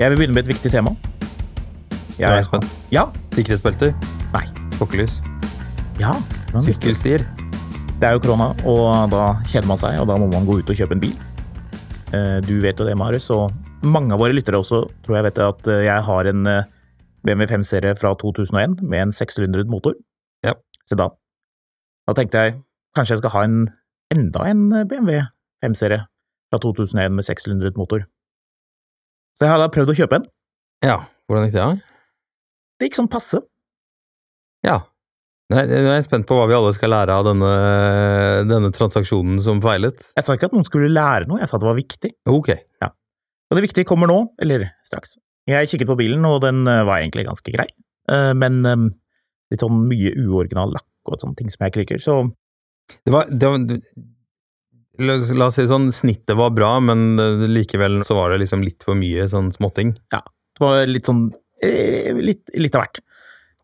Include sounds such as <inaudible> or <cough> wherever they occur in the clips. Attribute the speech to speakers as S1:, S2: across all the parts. S1: Jeg vil begynne med et viktig tema.
S2: Nå er jeg spent.
S1: Ja.
S2: Sikkerhetsbelter,
S1: Nei.
S2: kokkelys,
S1: Ja. men visst.
S2: sykkelstier.
S1: Det er jo korona, og da kjeder man seg, og da må man gå ut og kjøpe en bil. Eh, Du vet jo det, Marius, og mange av våre lyttere også tror jeg vet det, at eh, jeg har en eh, BMW 5-serie fra 2001 med en 600 motor.
S2: Ja.
S1: Se da. Da tenkte jeg kanskje jeg skal ha en, enda en eh, BMW 5-serie fra 2001 med 600 motor. Så jeg har da prøvd å kjøpe en.
S2: Ja, hvordan gikk det? da?
S1: Det gikk sånn passe.
S2: Ja. Nei, nå er jeg spent på hva vi alle skal lære av denne, denne transaksjonen som feilet.
S1: Jeg sa ikke at noen skulle lære noe, jeg sa det var viktig.
S2: Ok.
S1: Og det viktige kommer nå, eller straks. Jeg kikket på bilen, og den eh, var egentlig ganske grei, Eh, men eh, litt sånn mye uoriginal lakk og sånne ting som jeg ikke liker, så
S2: Det var, det var la, oss- la oss si det sånn, snittet var bra, men eh, likevel så var det liksom litt for mye sånn småting.
S1: det var litt sånn eh, litt, litt av hvert.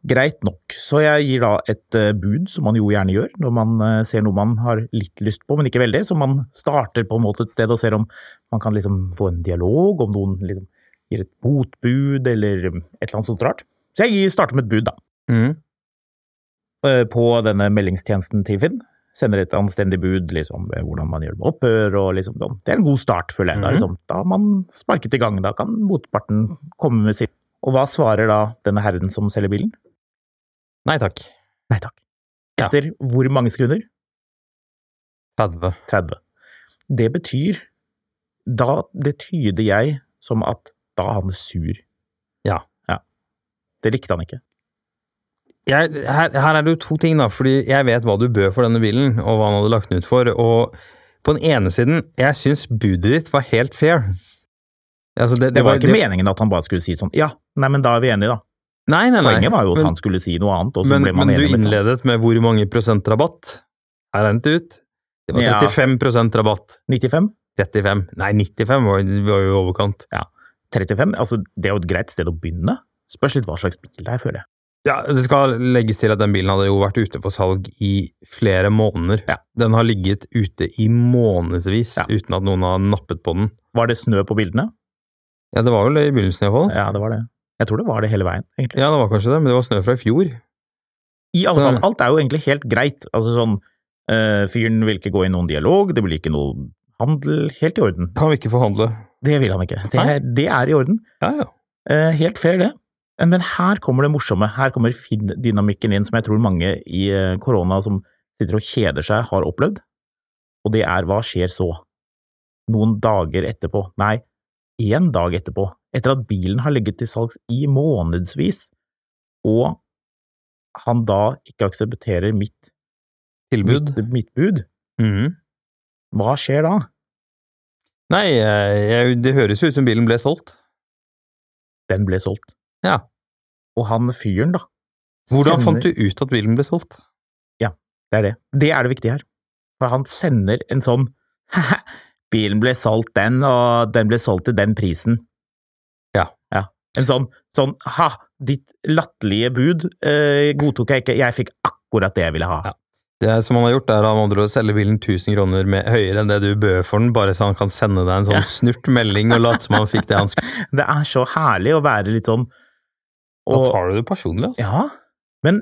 S1: Greit nok. Så jeg gir da et eh, bud, som man jo gjerne gjør når man eh, ser noe man har litt lyst på, men ikke veldig. Så man starter på en måte et sted og ser om man kan liksom få en dialog, om noen liksom gir et motbud eller eh, et eller annet sånt rart. Så jeg gir- starter med et bud, da. Mm. eh, på denne meldingstjenesten til Finn. Sender et anstendig bud, liksom, med hvordan man gjør med opphør og liksom sånn. Det er en god start, føler jeg. Da,
S2: Mhm.
S1: liksom, da har man sparket i gang. Da kan motparten komme med sitt. Og hva svarer da denne herren som selger bilen?
S2: Nei takk.
S1: Nei takk.
S2: Ja.
S1: Etter hvor mange sekunder?
S2: 30.
S1: 30. Det betyr da, Det tyder jeg som at da er han sur.
S2: Ja.
S1: ja. Det likte han ikke.
S2: jeg, her, her er det jo to ting, da. Fordi jeg vet hva du bød for denne bilen, og hva han hadde lagt den ut for. Og på den ene siden, jeg syns budet ditt var helt fair. Altså, det,
S1: Det var ikke
S2: det-
S1: meningen at han bare skulle si sånn Ja, nei, men da er vi enige, da.
S2: Nei, nei, nei.
S1: Poenget var jo at
S2: men,
S1: han skulle si noe annet, og så
S2: men,
S1: ble man
S2: men du
S1: enig. med-
S2: innledet med hvor mange prosent rabatt? Her regnet det ut. Det var
S1: Ja.
S2: 35 prosent rabatt.
S1: 95?
S2: 35. Nei, 95 var, var jo i overkant.
S1: 35? Altså, det er jo et greit sted å begynne. Spørs litt hva slags bil det er, føler jeg.
S2: Ja, Det skal legges til at den bilen hadde jo vært ute på salg i flere måneder.
S1: Ja.
S2: Den har ligget ute i månedsvis
S1: Ja.
S2: uten at noen har nappet på den.
S1: Var det snø på bildene?
S2: Ja, det var vel det i begynnelsen iallfall.
S1: Ja, det var det. Jeg tror det var det hele veien, egentlig.
S2: Ja, det var kanskje det, men det var snø fra i fjor.
S1: I alle fall,
S2: Så-
S1: alt er jo egentlig helt greit. Altså sånn, eh, fyren vil ikke gå i noen dialog, det blir ikke noe handel. Helt i orden.
S2: Han vil ikke forhandle.
S1: Det vil han ikke. Det
S2: Nei.
S1: er, det er i orden.
S2: Ja, ja.
S1: Eh, helt fair, det. Eh, Men her kommer det morsomme. Her kommer Finn-dynamikken inn, som jeg tror mange i eh, korona som sitter og kjeder seg, har opplevd. Og det er hva skjer så? Noen dager etterpå. Nei, én dag etterpå. Etter at bilen har ligget til salgs i månedsvis, og han da ikke aksepterer mitt,
S2: Tilbud.
S1: mitt, mitt bud.
S2: Mhm.
S1: Hva skjer da?
S2: Nei, eh, jeg, det høres jo ut som bilen ble solgt.
S1: Den ble solgt.
S2: Ja.
S1: Og han fyren, da.
S2: Hvordan
S1: sender-
S2: fant du ut at bilen ble solgt?
S1: Det er det. Det er det viktige her. For han sender en sånn <laughs> Bilen ble solgt den, og den ble solgt til den prisen.
S2: Ja.
S1: En sånn, sånn ha, ditt latterlige bud eh, godtok jeg ikke, jeg fikk akkurat det jeg ville ha.
S2: Ja. Det som han har gjort, er han å selge bilen 1000 kroner med, høyere enn det du bød for den, bare så han kan sende deg en sånn snurt melding og late som han fikk det han skulle.
S1: Det er så herlig å være litt sånn
S2: Da
S1: og-
S2: tar du det personlig, altså.
S1: Ja, men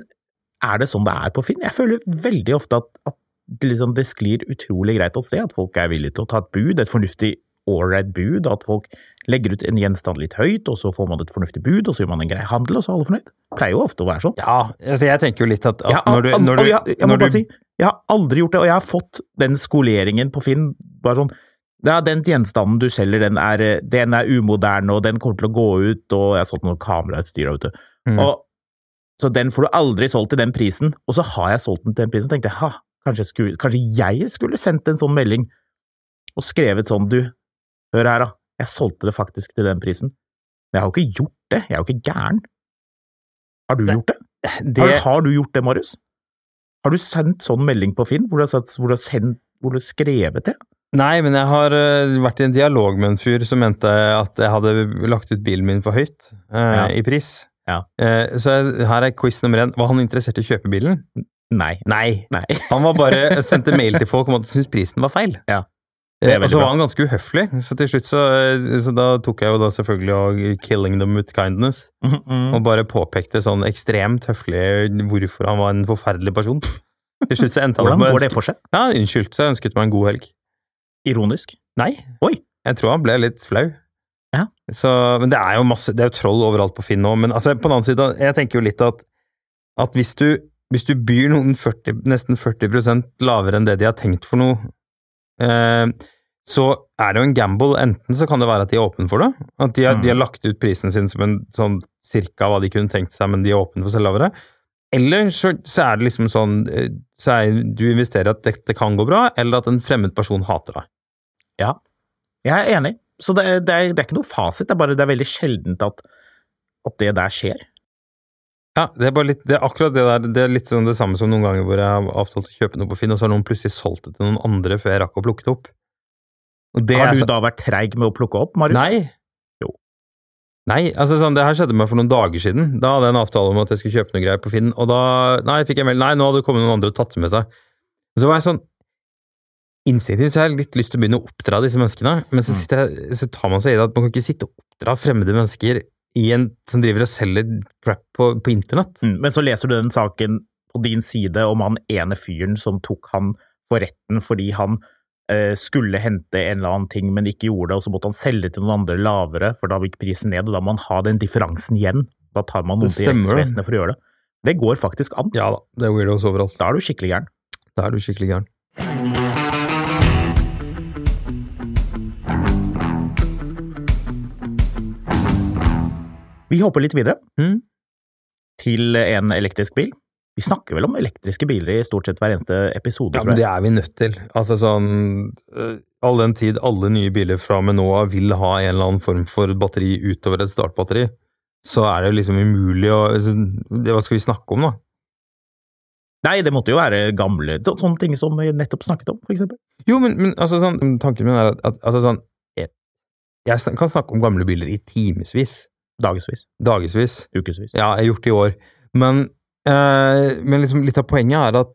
S1: er det sånn det er på Finn? Jeg føler veldig ofte at, at det liksom, det sklir utrolig greit å se at folk er villige til å ta et bud, et fornuftig ålreit bud, at folk legger ut en gjenstand litt høyt, og så får man et fornuftig bud, og så gjør man en grei handel, og så er alle fornøyd. Det pleier jo ofte å være sånn.
S2: Ja, altså jeg tenker jo litt at, at
S1: Jeg har-
S2: når du, når du,
S1: og jeg, jeg må
S2: når
S1: bare
S2: du
S1: si, jeg har aldri gjort det, og jeg har fått den skoleringen på Finn, bare sånn, ja, den gjenstanden du selger, den er, eh, den er umoderne, og den kommer til å gå ut, og jeg har solgt noen kamerautstyr, vet du.
S2: Mm.
S1: Og, så den får du aldri solgt til den prisen, og så har jeg solgt den til den prisen, og tenkte jeg, ha, kanskje jeg skulle, kanskje jeg skulle sendt en sånn melding, og skrevet sånn, du, hør her da, jeg solgte det faktisk til den prisen. Men jeg har jo ikke gjort det, jeg er jo ikke gæren. Har du
S2: Nei,
S1: gjort det?
S2: det,
S1: Har, har du gjort det, Marius? Har du sendt sånn melding på Finn, hvor du har, satt, hvor du har, sendt, hvor du har skrevet det?
S2: Nei, men jeg har eh, vært i en dialog med en fyr som mente at jeg hadde lagt ut bilen min for høyt eh,
S1: Ja.
S2: i pris.
S1: Ja.
S2: Eh, så jeg, her er quiz nummer én. Var han interessert i å kjøpe bilen?
S1: Nei.
S2: Nei. <laughs>
S1: Nei.
S2: Han var bare, eh, sendte mail til folk om at han syntes prisen var feil.
S1: Ja. Det er
S2: Eh, og
S1: veldig
S2: så
S1: bra.
S2: var han ganske uhøflig, så til slutt så, eh, så da tok jeg jo da selvfølgelig og killing them with kindness,
S1: Mm.
S2: og bare påpekte sånn ekstremt høflig hvorfor han var en forferdelig person. Til slutt så endte han
S1: Hvordan
S2: opp med å
S1: går det
S2: ønske-
S1: for seg?
S2: Ja, unnskyld, så jeg ønsket meg en god helg.
S1: Ironisk.
S2: Nei.
S1: Oi.
S2: Jeg tror han ble litt flau.
S1: Ja.
S2: Så, men det er jo masse, det er jo troll overalt på Finn nå. Men altså, på den annen side, jeg tenker jo litt at, at hvis, du, hvis du byr noen 40, nesten 40 lavere enn det de har tenkt for noe, eh, så er det jo en gamble. Enten så kan det være at de er åpne for det, at de har,
S1: Mm.
S2: de har lagt ut prisen sin som en sånn cirka hva de kunne tenkt seg, men de er åpne for selv lavere. Eller så, så er det liksom sånn eh, så er, Du investerer at dette kan gå bra, eller at en fremmed person hater deg.
S1: Jeg er enig. Så det, er- det, er, det er ikke noe fasit, det er bare det er veldig sjeldent at, at det der skjer.
S2: Ja, det er, bare litt, det er akkurat det der. Det er litt sånn det samme som noen ganger hvor jeg har avtalt å kjøpe noe på Finn, og så har noen plutselig solgt det til noen andre før jeg rakk å plukke det opp. Og det
S1: Har
S2: er
S1: du
S2: så-
S1: da vært treig med å plukke opp, Marius?
S2: Nei.
S1: Jo.
S2: Nei, altså sånn, det her skjedde meg for noen dager siden. Da hadde jeg en avtale om at jeg skulle kjøpe noe greier på Finn, og da Nei, fikk jeg meld, nei, nå hadde det kommet noen andre og tatt det med seg. Og så var jeg sånn Instinktivt så har jeg litt lyst til å begynne å oppdra disse menneskene, men
S1: Mm.
S2: så, sitter jeg, så tar man seg i det at man kan ikke sitte og oppdra fremmede mennesker i en, som driver og selger crap på, på internett.
S1: Mm, Men så leser du den saken på din side om han ene fyren som tok han for retten fordi han eh, skulle hente en eller annen ting, men ikke gjorde det, og så måtte han selge til noen andre lavere, for da gikk prisen ned, og da må han ha den differansen igjen. Da tar man noen
S2: Det
S1: til
S2: stemmer, det.
S1: rettsvesenet for å gjøre det. Det går faktisk an.
S2: Ja da, det er weirdos overalt.
S1: Da er du skikkelig gæren.
S2: Da er du skikkelig gæren.
S1: Vi hopper litt videre
S2: Mhm.
S1: til en elektrisk bil. Vi snakker vel om elektriske biler i stort sett hver eneste episode,
S2: Ja,
S1: tror
S2: men
S1: jeg.
S2: det er vi nødt til. Altså sånn øh, All den tid alle nye biler fra og med nå av vil ha en eller annen form for batteri utover et startbatteri, så er det jo liksom umulig å altså, det- Hva skal vi snakke om, da?
S1: Nei, det måtte jo være gamle så- Sånne ting som vi nettopp snakket om, for eksempel.
S2: Jo, men, men altså sånn Tanken min er at, at altså sånn Jeg, jeg sn- kan snakke om gamle biler i timevis.
S1: Dagevis,
S2: Dagevis.
S1: ukevis.
S2: Ja, jeg har gjort det i år. Men, eh, men liksom, litt av poenget er at,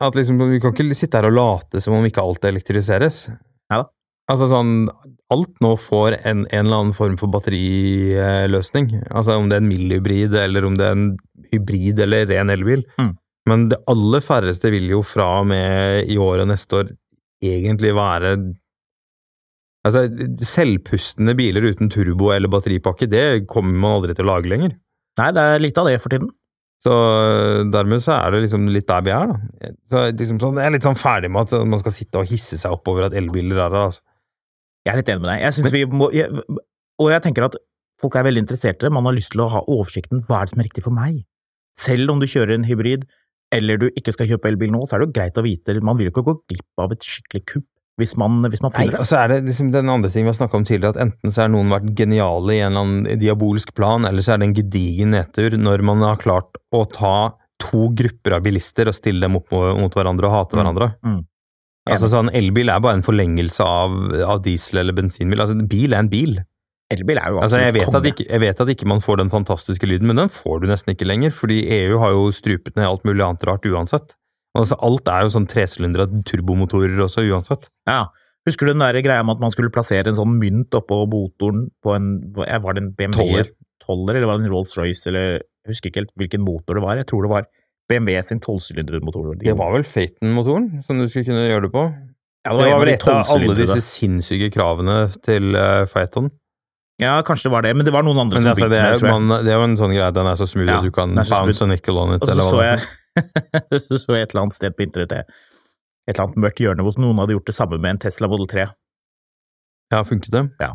S2: at liksom, vi kan ikke sitte her og late som om ikke alt elektrifiseres.
S1: Neida.
S2: Altså sånn, alt nå får en, en eller annen form for batteriløsning. Altså om det er en mildhybrid, eller om det er en hybrid eller ren elbil.
S1: Mm.
S2: Men det aller færreste vil jo fra og med i år og neste år egentlig være Altså, selvpustende biler uten turbo eller batteripakke, det kommer man aldri til å lage lenger.
S1: Nei, det er lite av det for tiden.
S2: Så eh, dermed så er det liksom litt der vi er, da. Så liksom sånn, jeg er litt sånn ferdig med at man skal sitte og hisse seg opp over at elbiler er det, altså.
S1: Jeg er litt enig med deg. Jeg synes vi må, jeg, og jeg tenker at folk er veldig interesserte. Man har lyst til å ha oversikten. Hva er det som er riktig for meg? Selv om du kjører en hybrid, eller du ikke skal kjøpe elbil nå, så er det jo greit å vite. Man vil jo ikke gå glipp av et skikkelig kupp hvis man, hvis man
S2: Nei,
S1: finner
S2: og
S1: det.
S2: så er det liksom den andre ting vi har snakka om tidligere, at enten så har noen vært geniale i en eller annen diabolsk plan, eller så er det en gedigen nedtur når man har klart å ta to grupper av bilister og stille dem opp mo- mot hverandre og hate
S1: Mm.
S2: hverandre.
S1: Mm.
S2: Altså sånn, Elbil er bare en forlengelse av, av diesel- eller bensinbil. Altså, en bil er en bil.
S1: Elbil er jo
S2: Altså, jeg, vet
S1: konge.
S2: at ikke, jeg vet at ikke man får E den fantastiske lyden, men den får du nesten ikke lenger, fordi EU har jo strupet ned alt mulig annet rart uansett. Altså, alt er jo sånn tresylindere, turbomotorer også, uansett.
S1: Ja. Husker du den der greia med at man skulle plassere en sånn mynt oppå motoren på en eh, Var det en BMW
S2: Toller.
S1: 12-er, eller var det en Rolls-Royce, eller Jeg husker ikke helt hvilken motor det var. Jeg tror det var BMW sin tolvsylindermotor.
S2: Det var vel Faten-motoren som du skulle kunne gjøre det på?
S1: ja,
S2: Det var vel et av alle
S1: tolvsylindrede.
S2: disse sinnssyke kravene til uh, Phaeton.
S1: Ja, kanskje det var det, men det var noen andre
S2: Men
S1: som
S2: altså,
S1: begynte
S2: det,
S1: med det,
S2: er,
S1: tror jeg.
S2: man, det er jo en sånn greie at den er så smooth
S1: Ja,
S2: at du kan
S1: den er så
S2: bounce a nickel on it,
S1: Og så
S2: eller hva
S1: så
S2: det
S1: jeg, <laughs>
S2: er.
S1: så så jeg et eller annet sted på internett det. et eller annet mørkt hjørne hvor noen hadde gjort det samme med en Tesla Model 3.
S2: Ja, funket det?
S1: Den,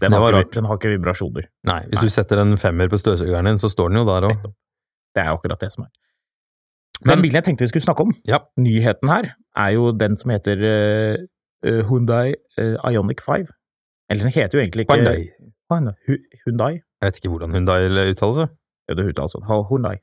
S2: Det
S1: har,
S2: var
S1: ikke,
S2: rart.
S1: den har ikke vibrasjoner.
S2: Nei, hvis
S1: Nei.
S2: du setter en femmer på støvsugeren din, så står den jo der òg.
S1: Nettopp. Det er jo akkurat det som er.
S2: Men-
S1: Den bilen jeg tenkte vi skulle snakke om,
S2: Ja.
S1: nyheten her, er jo den som heter eh, Hundai Ionic 5. eh, Eller den heter jo egentlig ikke
S2: Hyundai.
S1: Hundai.
S2: Jeg vet ikke hvordan Hyundai uttaler seg.
S1: Ja, det heter altså Hundai.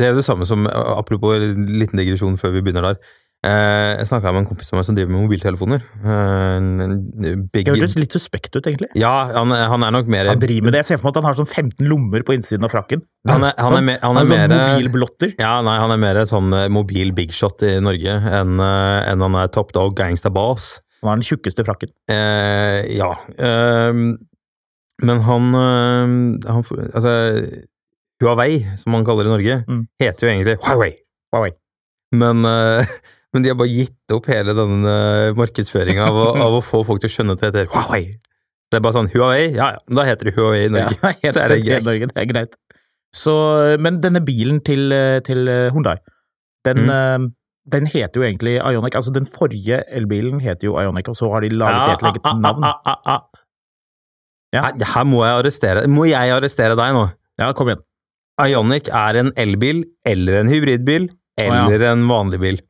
S2: Det er jo det samme som, eh, apropos en liten digresjon før vi begynner der. Eh, jeg snakka med en kompis av meg som driver med mobiltelefoner. Eh, en- en big,
S1: Det hørtes litt suspekt ut, egentlig.
S2: ja, han, eh, han er nok mer
S1: Han driver med det. Jeg ser for meg at han har sånn 15 lommer på innsiden av frakken.
S2: Han er- han er
S1: Sånn.
S2: mer- han er
S1: sånn
S2: mer-
S1: mobilblotter.
S2: Ja, nei, han er mer et sånn eh, mobil big shot i Norge enn eh, enn han er top dog gangsta boss.
S1: Han har den tjukkeste frakken.
S2: Eh, ja. Eh, men han, eh, han Altså, Huawei, som han kaller det i Norge,
S1: Mm.
S2: heter jo egentlig Huawei.
S1: Huawei.
S2: Men, eh, <laughs> men de har bare gitt opp hele denne markedsføringa av,
S1: <laughs>
S2: å- av å få folk til å skjønne at det heter Huawei. Det er bare sånn Huawei, ja ja, da heter det Huawei i Norge.
S1: Ja, <laughs> helt
S2: Så er det
S1: rett,
S2: greit.
S1: Norge, det er greit. Så, men denne bilen til, til eh, Hyundai, den,
S2: Mm.
S1: eh, den heter jo egentlig Ionic. Altså, den forrige elbilen heter jo Ionic, og så har de laget et eget navn.
S2: ah, ah, ah, ah.
S1: Ja.
S2: Her, her må jeg arrestere Må jeg arrestere deg nå?
S1: Ja, kom igjen.
S2: Ionic er en elbil eller en hybridbil
S1: ja.
S2: eller en vanlig bil.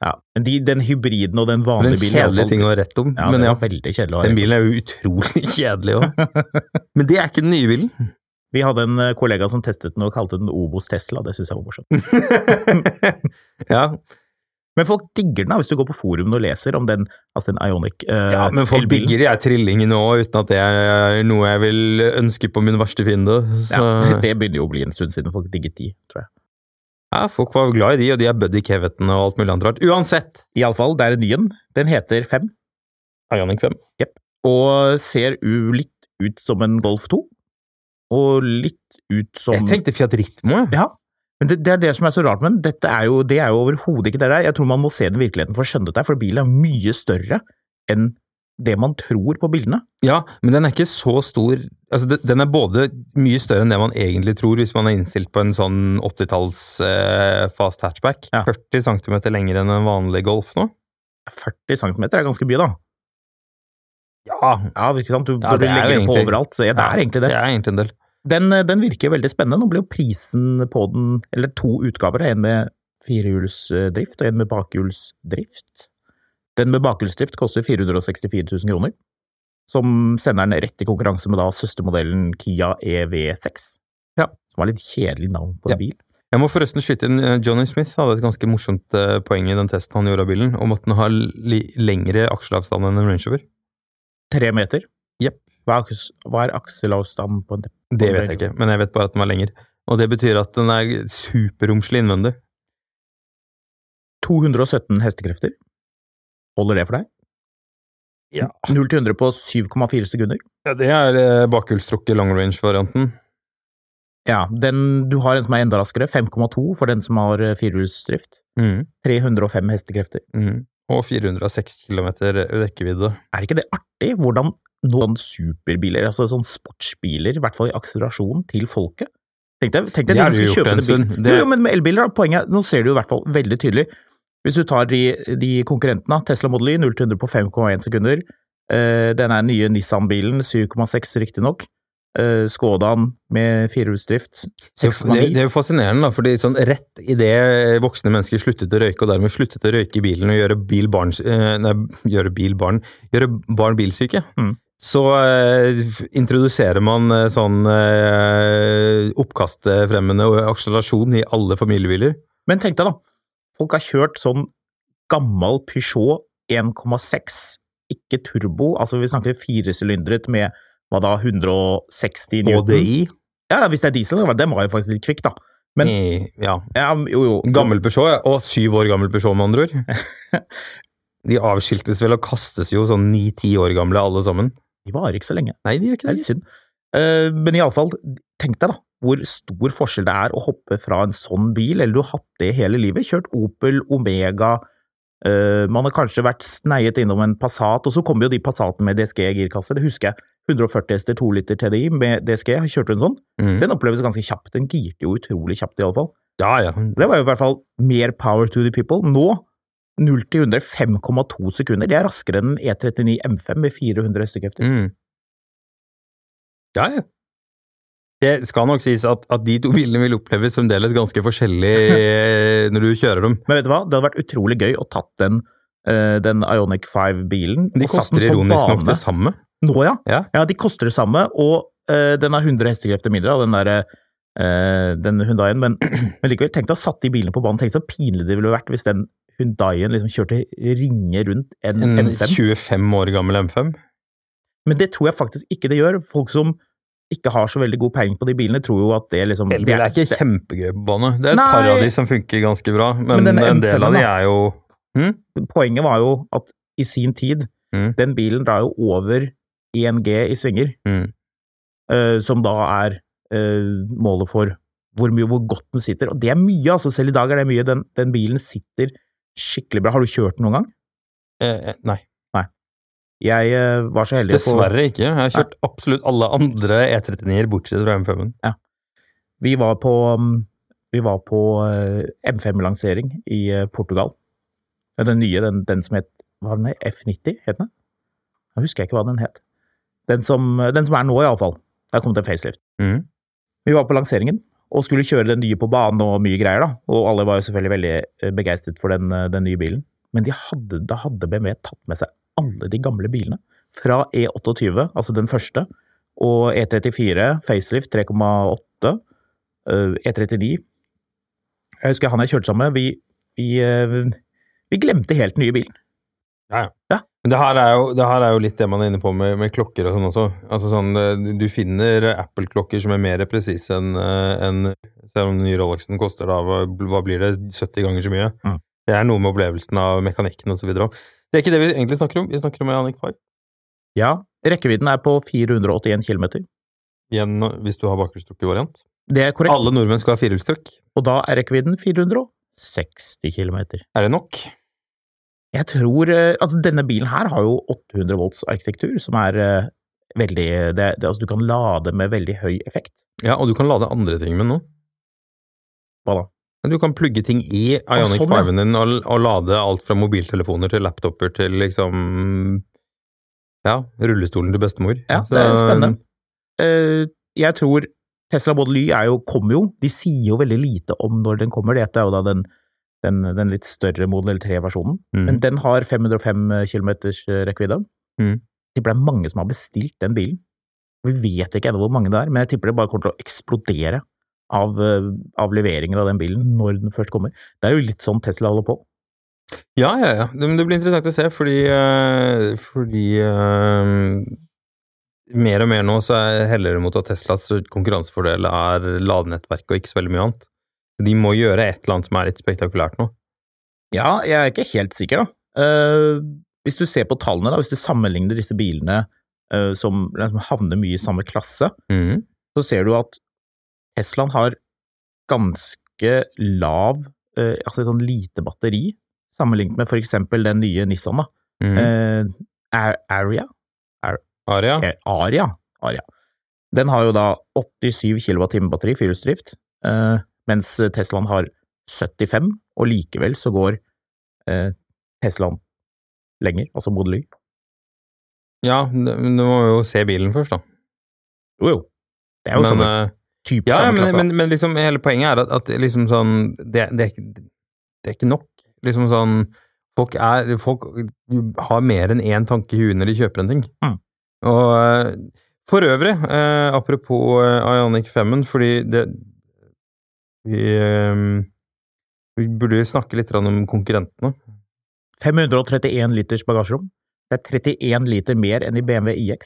S1: Ja. men De, den hybriden og den
S2: Det er
S1: vanlige
S2: en
S1: bilen i alle
S2: kjedelig
S1: fall-
S2: ting å rette om,
S1: Ja,
S2: men
S1: den
S2: ja,
S1: var veldig kjedelig å ha.
S2: den bilen er jo utrolig <laughs> kjedelig òg.
S1: <laughs>
S2: Men det er ikke den nye bilen. <laughs>
S1: Vi hadde en eh, kollega som testet den og kalte den Obos Tesla, det syns jeg var morsomt.
S2: ja,
S1: Men folk digger den da, hvis du går på forumen og leser om den, altså den Ionic eh,
S2: ja, men folk
S1: elbilen.
S2: digger jeg trillingen òg, uten at det er noe jeg vil ønske på min verste fiende. Så
S1: Ja, <laughs> det begynner jo å bli en stund siden folk digget de, tror jeg.
S2: ja, folk var glad i de, og de er buddy Kevetene og alt mulig annet rart. Uansett,
S1: Iallfall, det er en ny en. Den heter Fem.
S2: Ionic 5.
S1: og ser u litt ut som en Golf 2. Og litt ut som
S2: Jeg tenkte Fiat Ritmo, jeg.
S1: Ja. Men det, det er det som er så rart med den. Dette er jo, det er jo overhodet ikke det der. Jeg tror man må se den i virkeligheten for å skjønne dette, for bilen er mye større enn det man tror på bildene.
S2: Ja, men den er ikke så stor Altså, de- den er både mye større enn det man egentlig tror hvis man er innstilt på en sånn 80-talls eh, fast hatchback.
S1: Ja.
S2: 40 cm lengre enn en vanlig Golf nå.
S1: 40 cm er ganske mye, da.
S2: Ja,
S1: Ja, ikke sant? Du
S2: Ja,
S1: burde
S2: det er jo
S1: legge det på
S2: egentlig-
S1: overalt. Så ja, det er egentlig det.
S2: Det er egentlig en del.
S1: Den, eh, den virker veldig spennende. Nå blir jo prisen på den, eller to utgaver, en med firehjulsdrift og en med bakhjulsdrift. Den med bakhjulsdrift koster 464 000 kroner, som sender den rett i konkurranse med da søstermodellen Kia EV6.
S2: Ja.
S1: Som var litt kjedelig navn på
S2: Ja.
S1: en bil.
S2: Jeg må forresten skyte inn eh, Johnny Smith hadde et ganske morsomt eh, poeng i den testen han gjorde av bilen, om at den har li lengre aksjeavstand enn en Range Rover.
S1: Tre meter.
S2: Jep.
S1: Hva er, aks- hva er akselavstanden på en
S2: Det vet jeg ikke, men jeg vet bare at den var lengre. Og det betyr at den er superromslig innvendig.
S1: 217 hestekrefter. Holder det for deg?
S2: Ja.
S1: 0 til 100 på 7,4 sekunder.
S2: Ja, det er eh, bakhjulstrukket long range-varianten.
S1: Ja, den, du har en som er enda raskere, 5,2 for den som har eh, firehjulsdrift.
S2: Mm.
S1: 305 hestekrefter.
S2: Mm. Og 406 km rekkevidde.
S1: Er ikke det artig hvordan noen superbiler, altså sånn sportsbiler, i hvert fall i akselerasjon til folket? Tenk deg, tenk deg
S2: Det
S1: de
S2: har
S1: som
S2: du
S1: skal
S2: gjort
S1: kjøpe
S2: en
S1: den bilen.
S2: stund.
S1: Jo,
S2: Det-
S1: jo, men med elbiler, da, poenget er- nå ser du jo i hvert fall veldig tydelig, hvis du tar de, de konkurrentene, Tesla Model Y 0-100 på 5,1 sekunder, eh, den er nye Nissan-bilen, 7,6 riktignok, eh, Skodaen med firehjulsdrift,
S2: Det, er jo-
S1: 6,9.
S2: det er jo fascinerende, da, fordi sånn rett idet voksne mennesker sluttet å røyke, og dermed sluttet å røyke i bilen og gjøre bil barn, eh, nei, gjøre bil barn, gjøre barn bilsyke,
S1: Mm.
S2: så eh, f- introduserer man eh, sånn eh, oppkastfremmende og akselerasjon i alle familiebiler.
S1: Men tenk deg da, folk har kjørt sånn gammel Peugeot 1,6, ikke turbo, altså vi snakker firesylindret med hva da, 160 newton?
S2: HDI.
S1: Ja, hvis det er diesel, den var jo faktisk litt kvikk da. Men-
S2: I, ja.
S1: Ja, jo, jo.
S2: Gammel Peugeot, ja. og syv år gammel Peugeot, med andre ord.
S1: <laughs>
S2: De avskiltes vel og kastes jo sånn ni-ti år gamle, alle sammen.
S1: De varer ikke så lenge.
S2: Nei, de gjør
S1: Det
S2: ikke
S1: er litt
S2: det.
S1: synd. Eh, Men iallfall, tenk deg da, hvor stor forskjell det er å hoppe fra en sånn bil, eller du har hatt det hele livet, kjørt Opel, Omega, eh, man har kanskje vært sneiet innom en Passat, og så kommer jo de Passatene med DSG-girkasse, det husker jeg. 140 hester 2 liter TDI med DSG, jeg kjørte en sånn.
S2: Mm.
S1: Den oppleves ganske kjapt, den girte jo utrolig kjapt iallfall.
S2: Ja, ja.
S1: Det var jo i hvert fall mer power to the people. Nå 0 til 100 5,2 sekunder, det er raskere enn en E E39 M5 med 400 hestekrefter.
S2: Mm. Ja, ja. Det skal nok sies at, at de to <laughs> bilene vil oppleves fremdeles ganske forskjellig eh, når du kjører dem.
S1: Men vet du hva? Det hadde vært utrolig gøy å tatt den, eh, den Ionic 5-bilen
S2: De
S1: og satt
S2: koster
S1: den på
S2: ironisk nok
S1: bane.
S2: det samme.
S1: Nå, ja.
S2: Ja.
S1: de koster det samme, og eh, den har 100 hestekrefter mindre av den der eh, den Hyundaien, men, <clears throat> men likevel, tenk deg å satt de bilene på banen. Tenk så pinlig det ville vært hvis den Hyundaien liksom kjørte ringe rundt en
S2: En
S1: M5.
S2: 25 år gammel M5.
S1: Men det tror jeg faktisk ikke det gjør. Folk som ikke har så veldig god peiling på de bilene, tror jo at det liksom
S2: Elbil er ikke kjempegøy på bane. Det er et
S1: Nei.
S2: par av de som funker ganske bra, men,
S1: Men denne
S2: en del
S1: M5-en
S2: av de
S1: da.
S2: er jo hm?
S1: Poenget var jo at i sin tid,
S2: Mm.
S1: den bilen drar jo over 1G i svinger.
S2: Mm.
S1: eh, som da er eh, målet for hvor mye hvor godt den sitter. Og det er mye, altså. Selv i dag er det mye. Den, den bilen sitter skikkelig bra. Har du kjørt den noen gang?
S2: Eh, eh, nei.
S1: Jeg eh, var så heldig å få
S2: Dessverre ikke. Jeg har kjørt absolutt alle andre E39-er bortsett fra M5-en.
S1: Vi var på, mm, vi var på eh, M5-lansering i eh, Portugal. Ja, Den nye, den, den som het hva var den het? F90, het den? Jeg husker ikke hva den het. Den som, den som er nå, iallfall. Det har kommet en facelift.
S2: Mm.
S1: Vi var på lanseringen og skulle kjøre den nye på banen og mye greier, da. Og alle var jo selvfølgelig veldig eh, begeistret for den, eh, den nye bilen. Men de hadde, da hadde BMW tatt med seg alle de gamle bilene. Fra E28, altså den første, og E34, facelift 3,8, eh, E39 Jeg husker han jeg kjørte sammen med, vi, vi, eh, vi glemte helt den nye bilen.
S2: Men det her, er jo, det her er jo litt det man er inne på med, med klokker og sånn også. Altså sånn, eh, Du finner Apple-klokker som er mer presise enn eh, enn- Selv om den nye Rolexen koster da, hva, hva blir det, 70 ganger så mye?
S1: Mm.
S2: Det er noe med opplevelsen av mekanikken osv. Det er ikke det vi egentlig snakker om. Vi snakker om Janik Fay.
S1: Ja, rekkevidden er på 481 km.
S2: Igjen, hvis du har bakhjulstrukket-variant.
S1: Det er korrekt.
S2: Alle nordmenn skal ha firehjulstrukk.
S1: Og da er rekkevidden 460 km.
S2: Er det nok?
S1: Jeg tror eh, Altså, denne bilen her har jo 800 volts arkitektur, som er eh, veldig det, det, Altså, du kan lade med veldig høy effekt.
S2: Ja, og du kan lade andre ting med den nå.
S1: Hva da?
S2: Du kan plugge ting i Ionic
S1: sånn, ja.
S2: 5-en din og, og lade alt fra mobiltelefoner til laptoper til liksom Ja, rullestolen til bestemor.
S1: Ja, det er spennende.
S2: um,
S1: Eh, jeg tror Tesla Model Y er jo, kommer jo. De sier jo veldig lite om når den kommer. Dette er jo da den, den, den litt større modell 3-versjonen.
S2: Mm.
S1: Men den har 505 km eh, rekkevidde.
S2: Mm.
S1: Jeg tipper det er mange som har bestilt den bilen. Vi vet ikke ennå hvor mange det er, men jeg tipper det bare kommer til å eksplodere av, eh, av leveringer av den bilen når den først kommer. Det er jo litt sånn Tesla holder på.
S2: Ja, ja, ja. Det, men det blir interessant å se, fordi, eh, fordi eh, Mer og mer nå så er- heller det mot at Teslas konkurransefordel er ladenettverket og ikke så veldig mye annet. De må gjøre et eller annet som er litt spektakulært nå.
S1: Ja, jeg er ikke helt sikker, da. Eh, hvis du ser på tallene, da, hvis du sammenligner disse bilene eh, som liksom, havner mye i samme klasse,
S2: Mhm.
S1: så ser du at Teslaen har ganske lav, eh, altså et sånn lite batteri, sammenlignet med for eksempel den nye Nissan, da.
S2: Mhm.
S1: Eh, Ar- Aria?
S2: Aria?
S1: Eh, Aria. Aria. Den har jo da 87 kWh batteri, firehjulsdrift, eh, mens Teslaen har 75, og likevel så går eh, Teslaen lenger, altså Model Y.
S2: Ja, det- men du må jo se bilen først, da.
S1: Jo, jo. Det er jo
S2: Men,
S1: samme
S2: eh,
S1: type
S2: Ja, ja
S1: samme
S2: men,
S1: klasse. da.
S2: men, men liksom, hele poenget er at, at liksom sånn, det, det, er ikke, det er ikke nok. Liksom sånn, folk, er, folk har mer enn én tanke i huet når de kjøper en ting.
S1: Mm.
S2: Og eh, for øvrig, eh, apropos eh, Ionic 5-en, fordi det vi, eh, vi burde jo snakke litt grann om konkurrentene.
S1: 531 liters bagasjerom. Det er 31 liter mer enn i BMW IX.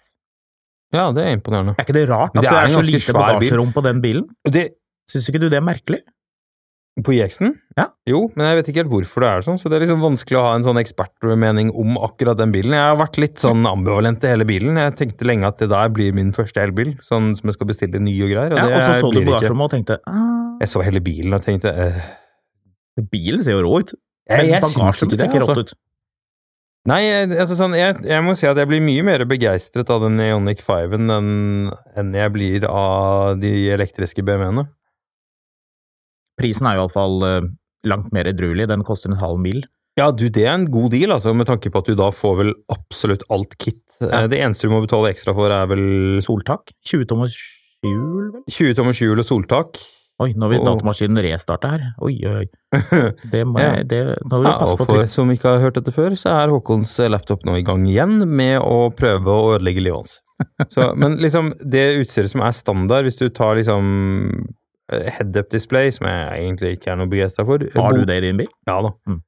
S2: Ja, det er imponerende.
S1: Er ikke det rart at
S2: Det
S1: det
S2: er
S1: er,
S2: en
S1: så
S2: ganske
S1: lite
S2: svær bil.
S1: bagasjerom på den bilen?
S2: Det,
S1: Syns ikke du det er merkelig?
S2: På IX-en?
S1: Ja.
S2: Jo, men jeg vet ikke helt hvorfor det er sånn. Så det er liksom vanskelig å ha en sånn ekspertmening om akkurat den bilen. Jeg har vært litt
S1: <laughs>
S2: sånn ambivalent til hele bilen. Jeg tenkte lenge at det der blir min første elbil, sånn som jeg skal bestille ny og greier. Og
S1: Ja,
S2: det
S1: og så så du
S2: blir ikke.
S1: bagasjerommet og tenkte ah,
S2: Jeg så hele bilen og tenkte eh,
S1: Bilen ser jo rå ut,
S2: jeg,
S1: men
S2: jeg syns ikke
S1: bagasjerommet
S2: det,
S1: ser ikke
S2: altså.
S1: rått ut.
S2: Nei, jeg, altså sånn, jeg, jeg må si at jeg blir mye mer begeistret av den Ioniq 5-en enn enn jeg blir av de elektriske BMW-ene.
S1: Prisen er jo iallfall eh, langt mer edruelig, den koster en halv mil.
S2: Ja, du, det er en god deal, altså, med tanke på at du da får vel absolutt alt kit. Eh, Det eneste du må betale ekstra for, er vel
S1: Soltak, 20 tommers hjul, vel?
S2: 20 tommers hjul og soltak.
S1: Oi, nå vil
S2: Og-
S1: datamaskinen restarte her. Oi, oi,
S2: <laughs>
S1: oi. Det må
S2: Ja.
S1: jeg, det, nå vil
S2: Ja,
S1: jeg passe
S2: og
S1: på.
S2: for
S1: Twitter.
S2: som ikke har hørt dette før, så er Håkons eh, laptop nå i gang igjen med å prøve å ødelegge livet hans. <laughs> Så, men liksom, det utstyret som er standard, hvis du tar liksom eh, head-up display, som jeg egentlig ikke er noe begeistra for
S1: Har du
S2: Bo-
S1: det i din bil?
S2: Ja da.
S1: Mm.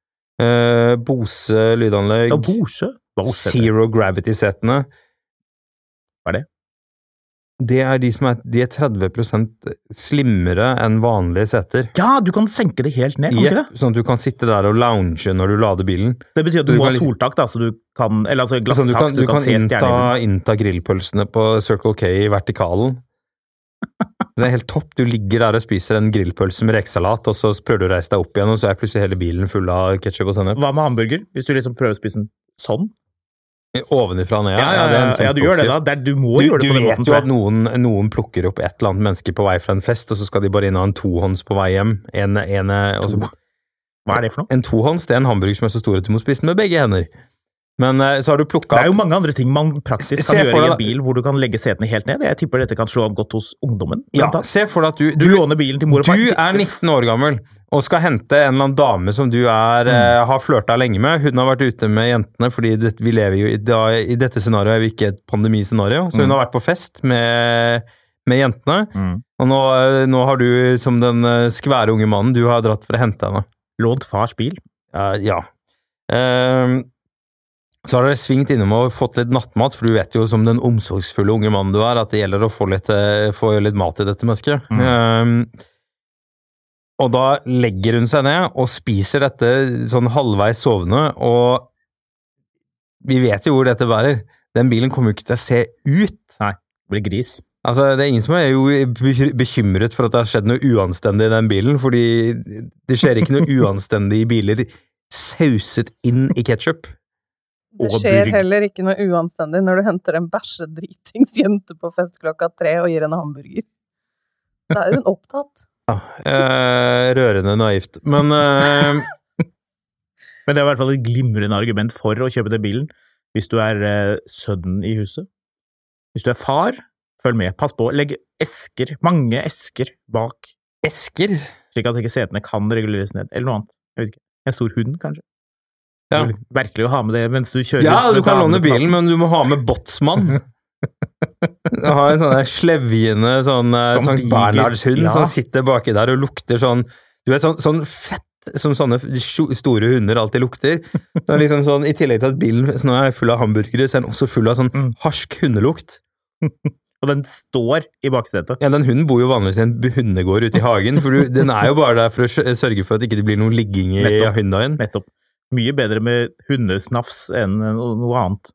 S2: Eh, Bose lydanlegg.
S1: Ja, Bose. Bose.
S2: Zero Gravity-setene.
S1: Hva er det?
S2: Det er de som er, de er 30 slimmere enn vanlige seter.
S1: Ja, du kan senke det helt ned, kan du ikke det?
S2: Jepp, Sånn at du kan sitte der og lounge når du lader bilen.
S1: Det betyr at du
S2: Du
S1: må
S2: kan
S1: ha
S2: litt-
S1: soltak, da, så du kan Eller altså glasstak,
S2: Sånn, du kan,
S1: så du kan, se
S2: innta,
S1: stjerner.
S2: innta grillpølsene på Circle K i
S1: <laughs>
S2: vertikalen. Det er helt topp. Du ligger der og spiser en grillpølse med rekesalat, og så prøver du å reise deg opp igjen, og så er plutselig hele bilen full av ketsjup og sennep.
S1: Hva med hamburger? Hvis du liksom prøver å spise den sånn?
S2: Ovenifra og ned.
S1: Ja, ja,
S2: det
S1: ja,
S2: er en sånn
S1: du gjør det,
S2: kjempeoppskrift.
S1: da. Det er, du må
S2: Du,
S1: gjøre det
S2: du
S1: på den
S2: vet
S1: måten.
S2: jo
S1: tror
S2: at
S1: jeg.
S2: noen, noen plukker opp et eller annet menneske på vei fra en fest, og så skal de bare inn og ha en tohånds på vei hjem. En, en, og så-
S1: Hva er det for noe?
S2: en tohånds det er en hamburger som er så stor at du må spise den med begge hender. Men eh, så har du plukka
S1: Det er jo mange andre ting man praktisk
S2: Se
S1: kan
S2: for
S1: gjøre i
S2: deg-
S1: en bil, hvor du kan legge setene helt ned. Jeg tipper dette kan slå an godt hos ungdommen.
S2: ja,
S1: blant annet.
S2: Se for deg at du,
S1: Du låner bilen til mor og far.
S2: Du er 19 år gammel og skal hente en eller annen dame som du er, eh, har flørta lenge med. Hun har vært ute med jentene, fordi det, vi lever jo i, da, i dette scenarioet er vi ikke et pandemiscenario. Så hun har vært på fest med, med jentene.
S1: Mm.
S2: Og nå, eh, nå har du, som den eh, skvære unge mannen, du har dratt for å hente henne.
S1: Lånt fars bil.
S2: Eh, ja. Ehm, så har dere svingt innom og fått litt nattmat, for du vet jo som den omsorgsfulle unge mannen du er, at det gjelder å få litt, eh, få litt mat i dette mennesket.
S1: Mm.
S2: Ehm, og da legger hun seg ned og spiser dette sånn halvveis sovende, og vi vet jo hvor dette bærer. Den bilen kommer jo ikke til å se ut.
S1: Blir gris.
S2: Altså, det er ingen som er jo be- bekymret for at det har skjedd noe uanstendig i den bilen, fordi det skjer ikke noe uanstendig i biler sauset inn i ketsjup.
S3: Det
S1: Og
S3: skjer
S1: burger.
S3: heller ikke noe uanstendig når du henter en bæsjedritings jente på fest klokka tre og gir henne hamburger. Da er hun opptatt.
S2: Eh, rørende naivt. Men eh,
S1: Men det er i hvert fall et glimrende argument for å kjøpe den bilen hvis du er eh, sønnen i huset. Hvis du er far, følg med. Pass på. Legg esker, mange esker, bak,
S2: esker
S1: slik at ikke setene kan reguleres ned. Eller noe annet. Jeg vet ikke. En stor hund, kanskje.
S2: ja.
S1: Du vil Virkelig å ha med det mens du kjører.
S2: ja,
S1: ut
S2: du
S1: med
S2: kan låne
S1: damene på
S2: bilen, men du må ha med
S1: <laughs>
S2: botsmann. Ha en sånn der slevjende sånn eh,
S1: Sånn
S2: Sankt
S1: diger.
S2: Bernhardshund
S1: Ja.
S2: som sitter baki der og lukter sånn Du vet, sånn, sånn fett som sånne sjo- store hunder alltid lukter. Det er liksom sånn, I tillegg til at bilen sånn, er full av hamburgere, så er den også full av sånn
S1: Mm.
S2: harsk hundelukt.
S1: Og den står i baksetet.
S2: Ja, Den hunden bor jo vanligvis i en bu- hundegård ute i hagen, for du, den er jo bare der for å sj- sørge for at det ikke blir noe ligging i
S1: Nettopp.
S2: hundaen.
S1: Nettopp. Mye bedre med hundesnafs enn eh, no- noe annet.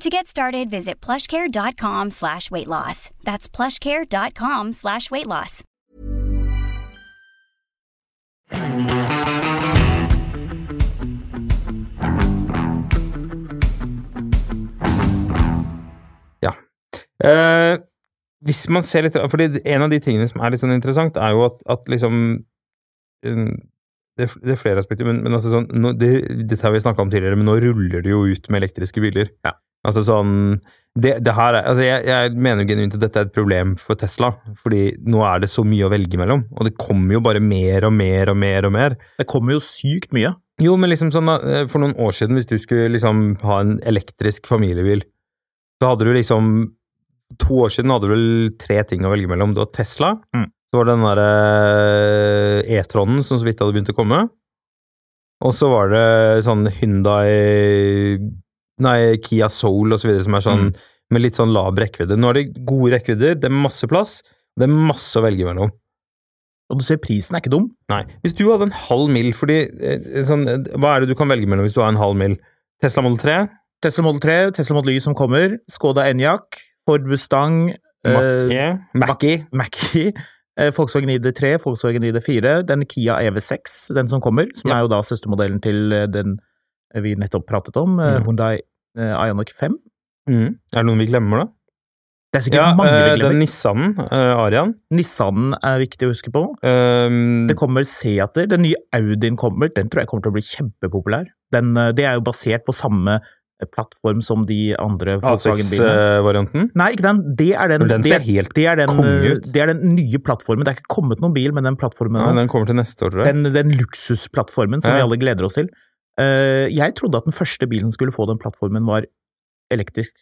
S4: To get started, visit plushcare.com slash weight loss. That's plushcare.com slash weight loss.
S2: Eh, hvis man ser litt fordi En av de tingene som er litt sånn interessant, er jo at, at liksom eh, det, er- det er flere aspekter, men, men altså sånn nå, det, Dette har vi snakka om tidligere, men nå ruller det jo ut med elektriske biler. Altså sånn det, det her er, altså jeg, jeg mener jo genuint at dette er et problem for Tesla, fordi nå er det så mye å velge mellom, og det kommer jo bare mer og mer og mer og mer.
S1: Det kommer jo sykt mye.
S2: Jo, men liksom sånn, eh, for noen år siden, hvis du skulle liksom ha en elektrisk familiebil, så hadde du liksom To år siden hadde du vel tre ting å velge mellom. Du hadde Tesla,
S1: Mm.
S2: så var det den derre E-tronen som så vidt hadde begynt å komme, og så var det sånn Hyundai Nei, Kia Soul og så videre, som er sånn med litt sånn lav rekkevidde. Nå er det gode rekkevidder, det er masse plass, det er masse å velge mellom.
S1: Og du ser prisen er ikke dum.
S2: Nei. Hvis du hadde en halv mil, fordi eh, sånn, eh, Hva er det du kan velge mellom hvis du har en halv mil? Tesla Model 3?
S1: Tesla Model 3, Tesla Model Y som kommer, Skoda Enyaq, Ford Mustang, eh,
S2: Mackie? Mackie?
S1: Mackie, eh, Volkswagen ID3, Volkswagen ID4, den Kia EV6, den som kommer, som
S2: Ja.
S1: er jo da søstermodellen til eh, den vi nettopp pratet om, eh,
S2: Mhm.
S1: Hyundai eh, Ioniq 5.
S2: Mm. Er det noen vi glemmer, da?
S1: Det er sikkert mange
S2: eh,
S1: vi
S2: Den
S1: glemmer.
S2: Nissanen, eh, Arian.
S1: Nissanen er viktig å huske på.
S2: Um,
S1: Det kommer Seater, den nye Audien kommer, den tror jeg kommer til å bli kjempepopulær. Den, eh, det er jo basert på samme eh, plattform som de andre Volkswagen-bilene.
S2: A6-varianten.
S1: Nei, ikke den. Det er den,
S2: eh, Den
S1: det,
S2: ser helt
S1: det er den,
S2: konge
S1: eh,
S2: ut.
S1: det er den nye plattformen. Det er ikke kommet noen bil, men den plattformen
S2: Nei,
S1: nå.
S2: den kommer til neste år, tror jeg.
S1: den, den luksusplattformen som
S2: Ja.
S1: vi alle gleder oss til. Eh, jeg trodde at den første bilen som skulle få den plattformen, var elektrisk,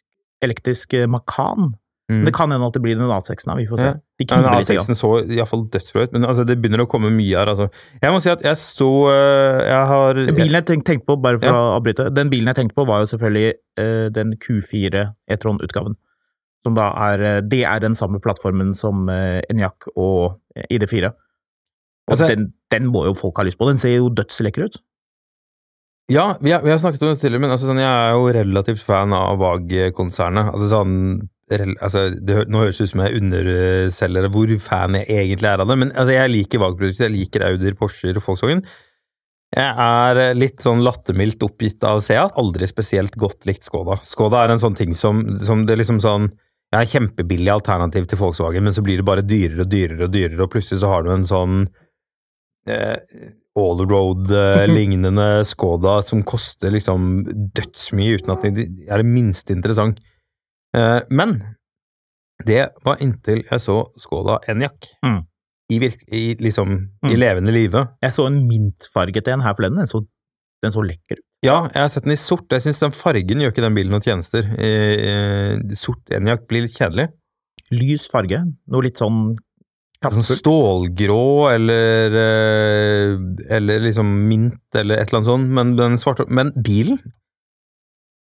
S1: elektrisk eh, Macan. Men det
S2: Mm.
S1: kan hende at det blir den A6-en, vi får se.
S2: Ja.
S1: De
S2: Ja, men
S1: kniver litt. i gang.
S2: A6-en så iallfall dødsbra ut, men altså, det begynner å komme mye her, altså. Jeg må si at jeg så eh, Jeg har
S1: Den Bilen jeg tenk- tenkte på, bare for å
S2: Ja.
S1: avbryte, den bilen jeg tenkte på var jo selvfølgelig eh, den Q4 E-tron-utgaven. Som da er eh, Det er den samme plattformen som uh, Enyaq og eh, ID4. Og
S2: Altså-
S1: den, den må jo folk ha lyst på. Den ser jo dødslekker ut.
S2: Ja, vi har, vi har snakket om det tidligere, men altså, sånn, jeg er jo relativt fan av VAG-konsernet. Altså, sånn, rel- altså, det, hø- nå høres det ut som jeg underselger hvor fan jeg egentlig er av det, men altså, jeg liker VAG-produkter. Jeg liker Audier, Porscher og Volkswagen. Jeg er eh, litt sånn lattermildt oppgitt av Seat. Aldri spesielt godt likt Skoda. Skoda er en sånn ting som, som det er liksom sånn Jeg er kjempebillig alternativ til Volkswagen, men så blir det bare dyrere og dyrere og dyrere, og plutselig så har du en sånn eh,
S1: <laughs>
S2: allroad-lignende eh, Skoda som koster liksom dødsmye uten at det er det minste interessant. Eh, men det var inntil jeg så Skoda Enyaq
S1: Mm.
S2: i, virk- i, liksom,
S1: Mm.
S2: i levende live.
S1: Jeg så en mintfarget en her forleden. Den så, den så lekker ut.
S2: Ja, jeg har sett den i sort. Jeg syns den fargen gjør ikke den bilen noen tjenester. Eh, eh, sort enjakk blir litt kjedelig.
S1: lys farge. Noe litt sånn
S2: Sånn
S1: kraftfullt.
S2: stålgrå eller eh, Eller liksom mint eller et eller annet sånt. Men den svarte Men bilen,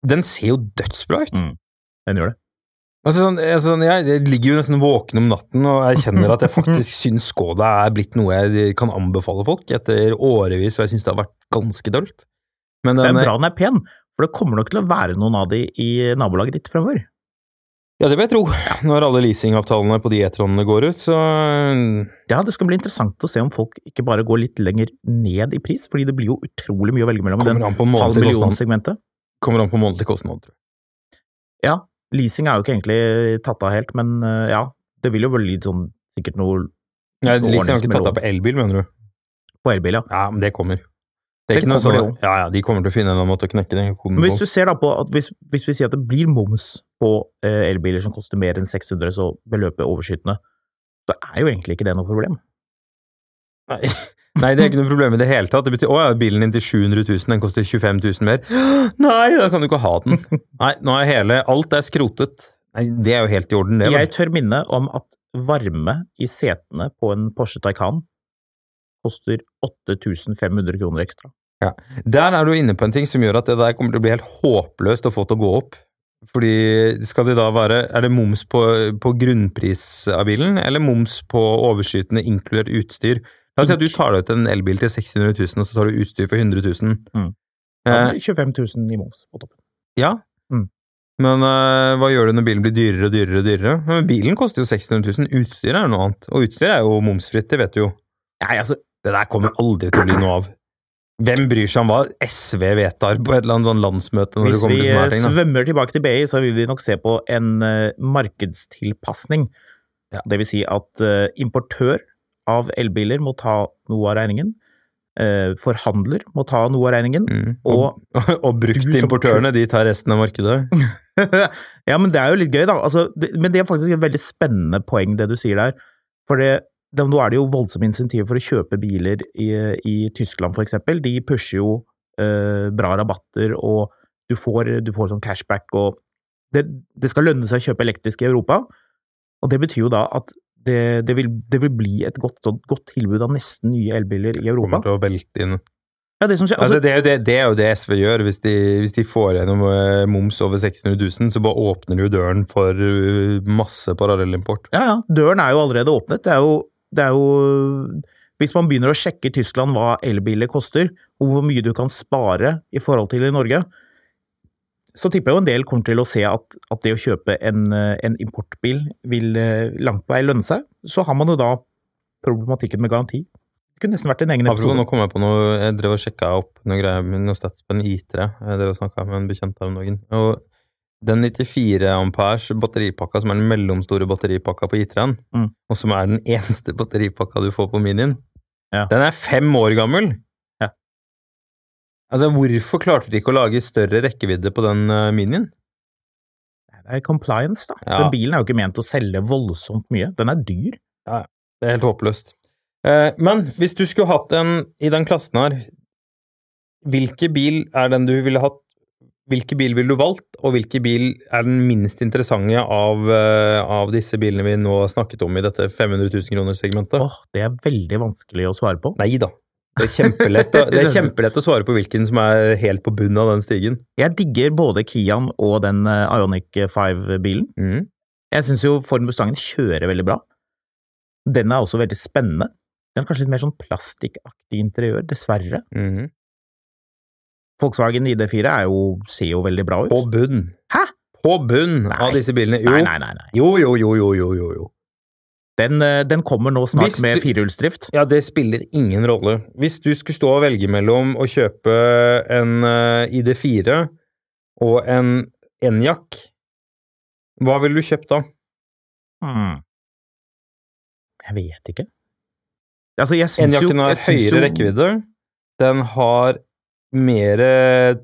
S2: den ser jo dødsbra
S1: Mm.
S2: ut.
S1: Den gjør det.
S2: Altså sånn, jeg, sånn, jeg, jeg ligger jo nesten våken om natten, og jeg kjenner at jeg
S1: <laughs>
S2: faktisk syns Skoda er blitt noe jeg kan anbefale folk, etter årevis hvor jeg syns det har vært ganske dølt. Men
S1: Det er
S2: den- eh,
S1: bra den er pen, for det kommer nok til å være noen av de i nabolaget ditt fremover.
S2: Ja, det vil jeg tro. Når alle leasingavtalene på de e-tronene går ut, så eh,
S1: Ja, det skal bli interessant å se om folk ikke bare går litt lenger ned i pris, fordi det blir jo utrolig mye å velge mellom.
S2: kommer
S1: Den
S2: an på
S1: halv
S2: månedlig kostnad.
S1: million-segmentet.
S2: Kommer an på månedlig kostnad, tror jeg.
S1: Leasing er jo ikke egentlig tatt av helt, men eh, ja, det vil jo vel litt sånn sikkert noe
S2: Nei,
S1: Ordning
S2: leasing har
S1: som
S2: ikke
S1: er
S2: tatt
S1: lov.
S2: av på elbil, mener du?
S1: på elbil, ja.
S2: Ja, men det kommer. Det er
S1: Det
S2: ikke noe
S1: kommer
S2: sånn Ja, ja, de kommer til å finne en eller annen måte å knekke den koden
S1: Men hvis du
S2: på.
S1: ser da på at hvis, hvis vi sier at det blir moms på eh, elbiler som koster mer enn 600, så beløpet er overskytende, så er jo egentlig ikke det noe problem.
S2: <laughs> Nei. Nei, det er ikke noe problem i det hele tatt. Det betyr å ja, bilen din til 700 000, den koster 25 000 mer. <gasps> Nei, da kan du ikke ha
S1: <laughs>
S2: den. Nei, nå er hele Alt er skrotet. Nei, det er jo helt i orden, det. vel?
S1: Jeg tør minne om at varme i setene på en Porsche Taycan koster 8500 kroner ekstra.
S2: Der er du inne på en ting som gjør at det der kommer til å bli helt håpløst å få til å gå opp. Fordi skal det da være Er det moms på, på grunnpris av bilen, eller moms på overskytende inkludert utstyr? La oss si at du tar deg ut en elbil til 600 000, og så tar du utstyr for 100 000.
S1: Mm. Da
S2: Eh,
S1: blir det 25 000 i moms på toppen.
S2: ja.
S1: Mm.
S2: Men eh, hva gjør du når bilen blir dyrere og dyrere og dyrere? Men bilen koster jo 600 000, utstyret er jo noe annet. Og utstyret er jo momsfritt, det vet du jo.
S1: Nei, altså,
S2: Det der kommer aldri til å bli noe av. Hvem bryr seg om hva SV vedtar på et eller annet sånn landsmøte? når
S1: Hvis
S2: det kommer
S1: vi
S2: til sånne her
S1: eh,
S2: ting, da?
S1: svømmer tilbake til BI, så vil vi nok se på en eh, markedstilpasning.
S2: Ja.
S1: Det vil si at eh, importør av elbiler må ta noe av regningen. eh, Forhandler må ta noe av regningen.
S2: Mm. Og, og,
S1: du
S2: brukt
S1: som-
S2: importørene, de tar resten av markedet.
S1: <laughs> ja, men det er jo litt gøy, da. Altså, det, men det er faktisk et veldig spennende poeng, det du sier der. For det, det, nå er det jo voldsomme insentiver for å kjøpe biler i, i Tyskland, for eksempel. De pusher jo eh, bra rabatter, og du får, du får sånn cashback og det, det skal lønne seg å kjøpe elektrisk i Europa. Og det betyr jo da at det, det, vil, det vil bli et godt, sånn godt tilbud av nesten nye elbiler i Europa.
S2: Kommer til å velte inn.
S1: Ja, det som skjer,
S2: Altså,
S1: altså,
S2: det, er jo det, det er jo det SV gjør. Hvis de, hvis de får gjennom eh, moms over 600 000, så bare åpner de jo døren for eh, masse parallellimport.
S1: Ja, ja. Døren er jo allerede åpnet. Det er jo, det er jo Hvis man begynner å sjekke i Tyskland hva elbiler koster, og hvor mye du kan spare i forhold til i Norge, så tipper jeg jo en del kommer til å se at, at det å kjøpe en, eh, en importbil vil eh, langt på vei lønne seg. Så har man jo da problematikken med garanti. Det kunne nesten vært en egen
S2: Apropos,
S1: episode.
S2: nå kom jeg på noe Jeg drev og sjekka opp noen greier med noe stats på en I3. Jeg drev og snakka med en bekjent her om dagen. Og den 94 amperes batteripakka, som er den mellomstore batteripakka på I3-en,
S1: Mm.
S2: og som er den eneste batteripakka du får på Minien,
S1: Ja.
S2: den er fem år gammel!
S1: Ja.
S2: Altså, hvorfor klarte de ikke å lage større rekkevidde på den eh, Minien?
S1: Det er compliance, da.
S2: Ja.
S1: Den bilen er jo ikke ment å selge voldsomt mye. Den er dyr.
S2: Det er helt håpløst. Eh, men hvis du skulle hatt en i den klassen her, hvilke bil er den du ville hatt? Hvilke bil ville du valgt, og hvilke bil er den minst interessante av, eh, av disse bilene vi nå har snakket om i dette 500 000 kroner-segmentet?
S1: Åh, det er veldig vanskelig å svare på.
S2: Nei da. Det er, kjempelett
S1: <laughs>
S2: å, det er kjempelett å svare på hvilken som er helt på bunnen av den stigen.
S1: Jeg digger både Kian og den eh, Ionic 5-bilen.
S2: Mm.
S1: Jeg syns jo Ford Mustangen kjører veldig bra. Den er også veldig spennende. Den har kanskje litt mer sånn plastikkaktig interiør, dessverre.
S2: Mhm.
S1: Volkswagen ID4 er jo, ser jo veldig bra ut.
S2: På bunn.
S1: Hæ?
S2: På bunn
S1: Nei.
S2: av disse bilene. Jo.
S1: Nei, nei, nei. nei.
S2: Jo, jo, jo, jo, jo, jo, jo.
S1: Den, eh, den kommer nå snart
S2: Hvis
S1: med
S2: du-
S1: firehjulsdrift.
S2: Ja, det spiller ingen rolle. Hvis du skulle stå og velge mellom å kjøpe en eh, ID4 og en Enjak, hva ville du kjøpt da?
S1: Hmm. Jeg vet ikke. Altså, jeg syns jo
S2: Enjakken har
S1: jeg syns
S2: høyere
S1: jo-
S2: rekkevidde, den har mer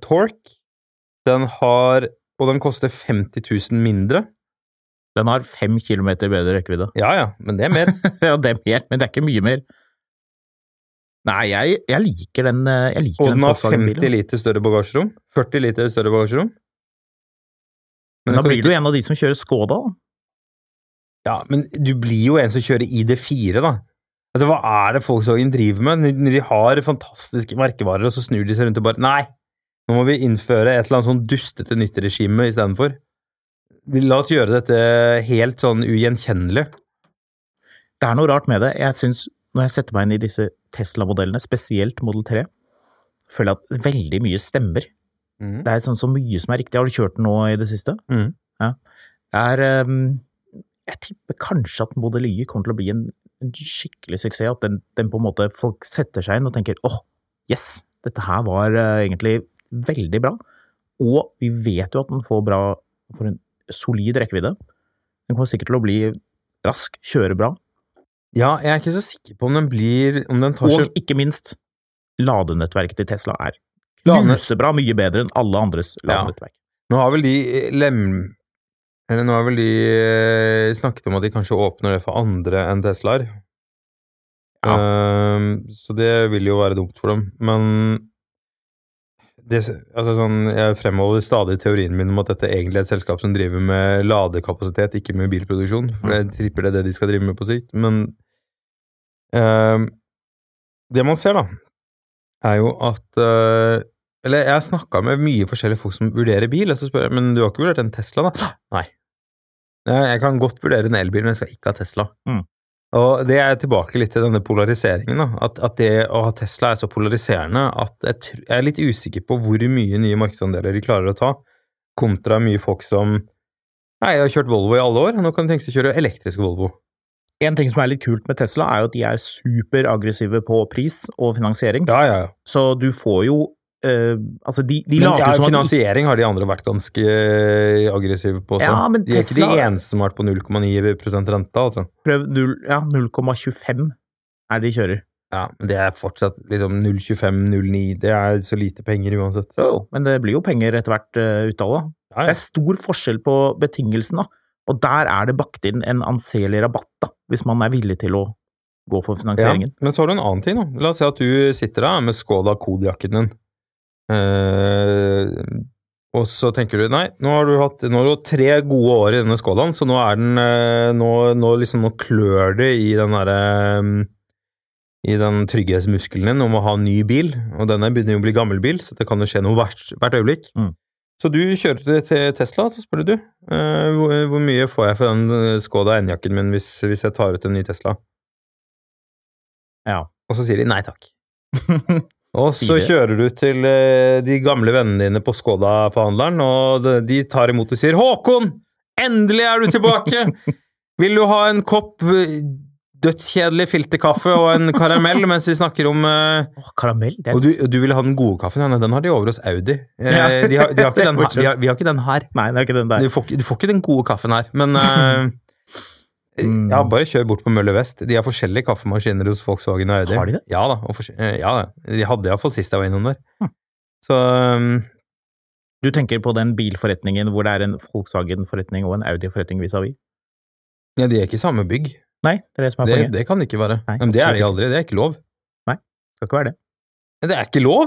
S2: torque, den har Og den koster 50 000 mindre.
S1: Den har fem kilometer bedre rekkevidde.
S2: Ja ja, men det er
S1: <laughs>
S2: mer.
S1: ja, det er mer, men det er ikke mye mer. Nei, jeg, jeg liker den eh, Jeg liker
S2: Og den har 50
S1: Volkswagen-bilen.
S2: liter større bagasjerom. 40 liter større bagasjerom. Men
S1: Da
S2: den kan
S1: blir
S2: ikke-
S1: du en av de som kjører Skoda, da.
S2: Ja, men du blir jo en som kjører ID4, da. Altså, Hva er det Volkswagen driver med? Når- Når de har fantastiske merkevarer, og så snur de seg rundt og bare Nei! Nå må vi innføre et eller annet sånn dustete nytt regime istedenfor. Vi- La oss gjøre dette helt sånn ugjenkjennelig.
S1: Det er noe rart med det. Jeg synes, Når jeg setter meg inn i disse Tesla-modellene, spesielt Model 3, føler jeg at veldig mye stemmer.
S2: Mm.
S1: Det er sånn så mye som er riktig. Har du kjørt den nå i det siste?
S2: Mhm.
S1: Ja. Det er ehm, Jeg tipper kanskje at Model Y kommer til å bli en, en skikkelig suksess. At den, den på en måte folk setter seg inn og tenker åh, yes, dette her var eh, egentlig veldig bra. Og vi vet jo at den får bra får en solid rekkevidde. Den kommer sikkert til å bli rask, kjøre bra.
S2: Ja, jeg er ikke så sikker på om den blir Om den tar
S1: Og
S2: seg
S1: ikke minst, ladenettverket til Tesla er
S2: Lade-
S1: knusebra mye bedre enn alle andres ladenettverk.
S2: Nå har vel de eh, lem... Eller nå har vel de eh, snakket om at de kanskje åpner det for andre enn Teslaer.
S1: Ja.
S2: Ehm, så det vil jo være dumt for dem. Men det, altså sånn, jeg fremholder stadig teorien min om at dette egentlig er et selskap som driver med ladekapasitet, ikke med bilproduksjon. For jeg tripper det er det de skal drive med på sikt. Men ehm, det man ser, da, er jo at eh, eller jeg har snakka med mye forskjellige folk som vurderer bil, og så spør jeg men du har ikke vurdert en Tesla, da? <gasps> Nei. Eh, Jeg kan godt vurdere en elbil, men jeg skal ikke ha Tesla.
S1: Mm.
S2: Og det er tilbake litt til denne polariseringen, da. At, at det å ha Tesla er så polariserende at jeg, tr- jeg er litt usikker på hvor mye nye markedsandeler de klarer å ta, kontra mye folk som Nei, jeg har kjørt Volvo i alle år, og nå kan de tenke seg å kjøre elektrisk Volvo.
S1: En ting som er litt kult med Tesla, er jo at de er superaggressive på pris og finansiering.
S2: Ja, ja, ja.
S1: Så du får jo eh, Altså, de, de
S2: Men
S1: later
S2: ja,
S1: som at de,
S2: finansiering har de andre vært ganske eh, aggressive på. også.
S1: Ja, men
S2: de er ikke de
S1: Tesla-
S2: eneste som har vært på 0,9 rente, altså.
S1: prøv null- ja, 0,25 er det de kjører.
S2: Ja, men det er fortsatt liksom 0,25-0,9. Det er så lite penger uansett.
S1: Jo, jo, men det blir jo penger etter hvert eh, ut av det.
S2: Ja,
S1: Det
S2: ja.
S1: er stor forskjell på betingelsene, og der er det bakt inn en anselig rabatt, da, hvis man er villig til å gå for
S2: Ja.
S1: finansieringen.
S2: Men så har du en annen ting, da. La oss si at du sitter da med Skoda Kodiakken din. Eh, og så tenker du nei, nå har du hatt nå har du hatt tre gode år i denne Skodaen, så nå er den eh, nå, nå liksom nå klør det i den derre eh, i den trygghetsmuskelen din om å ha en ny bil, og denne begynner jo å bli gammel bil, så det kan jo skje noe hvert, hvert øyeblikk.
S1: Mm.
S2: Så du kjører til- til Tesla, så spør du eh, hvor, hvor mye får jeg for den eh, Skoda N-jakken min hvis, hvis jeg tar ut en ny Tesla?
S1: Ja.
S2: Og så sier de nei takk. Og så
S1: Stilig.
S2: kjører du til eh, de gamle vennene dine på Skoda-forhandleren, og de- de tar imot og sier 'Håkon! Endelig er du tilbake! Vil du ha en kopp eh, dødskjedelig filterkaffe og en karamell mens vi snakker om eh,
S1: <laughs> Åh, karamell, det er
S2: Og du, du vil ha den gode kaffen? Ja, nei, den har de over hos Audi. Eh,
S1: Ja.
S2: de, har, de, har ikke den, her-
S1: Fortsatt.
S2: de har, vi har ikke den her.
S1: Nei, det er ikke den der.
S2: Du får, ikke- du får ikke den gode kaffen her, men <laughs> eh,
S1: Mm.
S2: Ja, bare kjør bort på Møller Vest. De har forskjellige kaffemaskiner hos Volkswagen og Audi.
S1: Har de det?
S2: Ja da. Og forskj- eh, ja, da. de hadde iallfall sist jeg var innom der.
S1: Hm.
S2: Så um,
S1: Du tenker på den bilforretningen hvor det er en Volkswagen-forretning og en Audi-forretning vis-à-vis?
S2: ja, de er ikke i samme bygg.
S1: Nei, det er det som er
S2: Det,
S1: poenget. Det,
S2: det kan det ikke være.
S1: Nei,
S2: Men det er
S1: absolutt
S2: de
S1: ikke.
S2: aldri. Det er ikke lov.
S1: Skal ikke være det.
S2: Men Det er ikke lov!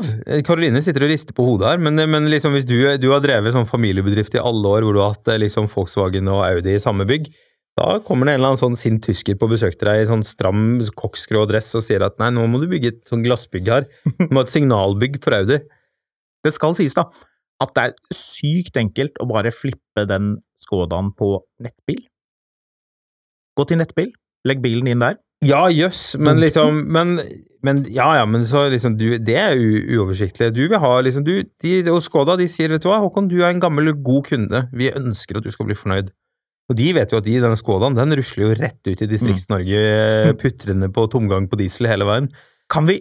S2: Karoline sitter og rister på hodet her, men, men liksom hvis du, du har drevet sånn familiebedrift i alle år hvor du har hatt eh, liksom Volkswagen og Audi i samme bygg, da kommer det en eller annen sånn sint tysker på besøk til deg i sånn stram koksgrå dress og sier at nei, nå må du bygge et sånn glassbygg her. Du må ha et signalbygg for Audi.
S1: Det skal sies, da, at det er sykt enkelt å bare flippe den Skodaen på nettbil. Gå til nettbil, legg bilen inn der.
S2: Ja, jøss, men liksom men, men ja, ja, men så liksom du, Det er u uoversiktlig. Du vil ha liksom du, de, Og Skoda de sier, vet du hva, Håkon, du er en gammel, god kunde. Vi ønsker at du skal bli fornøyd. Og de vet jo at de, denne Skodaen den rusler jo rett ut i Distrikts-Norge, eh, putrende på tomgang på diesel hele <clears throat> veien.
S1: Kan vi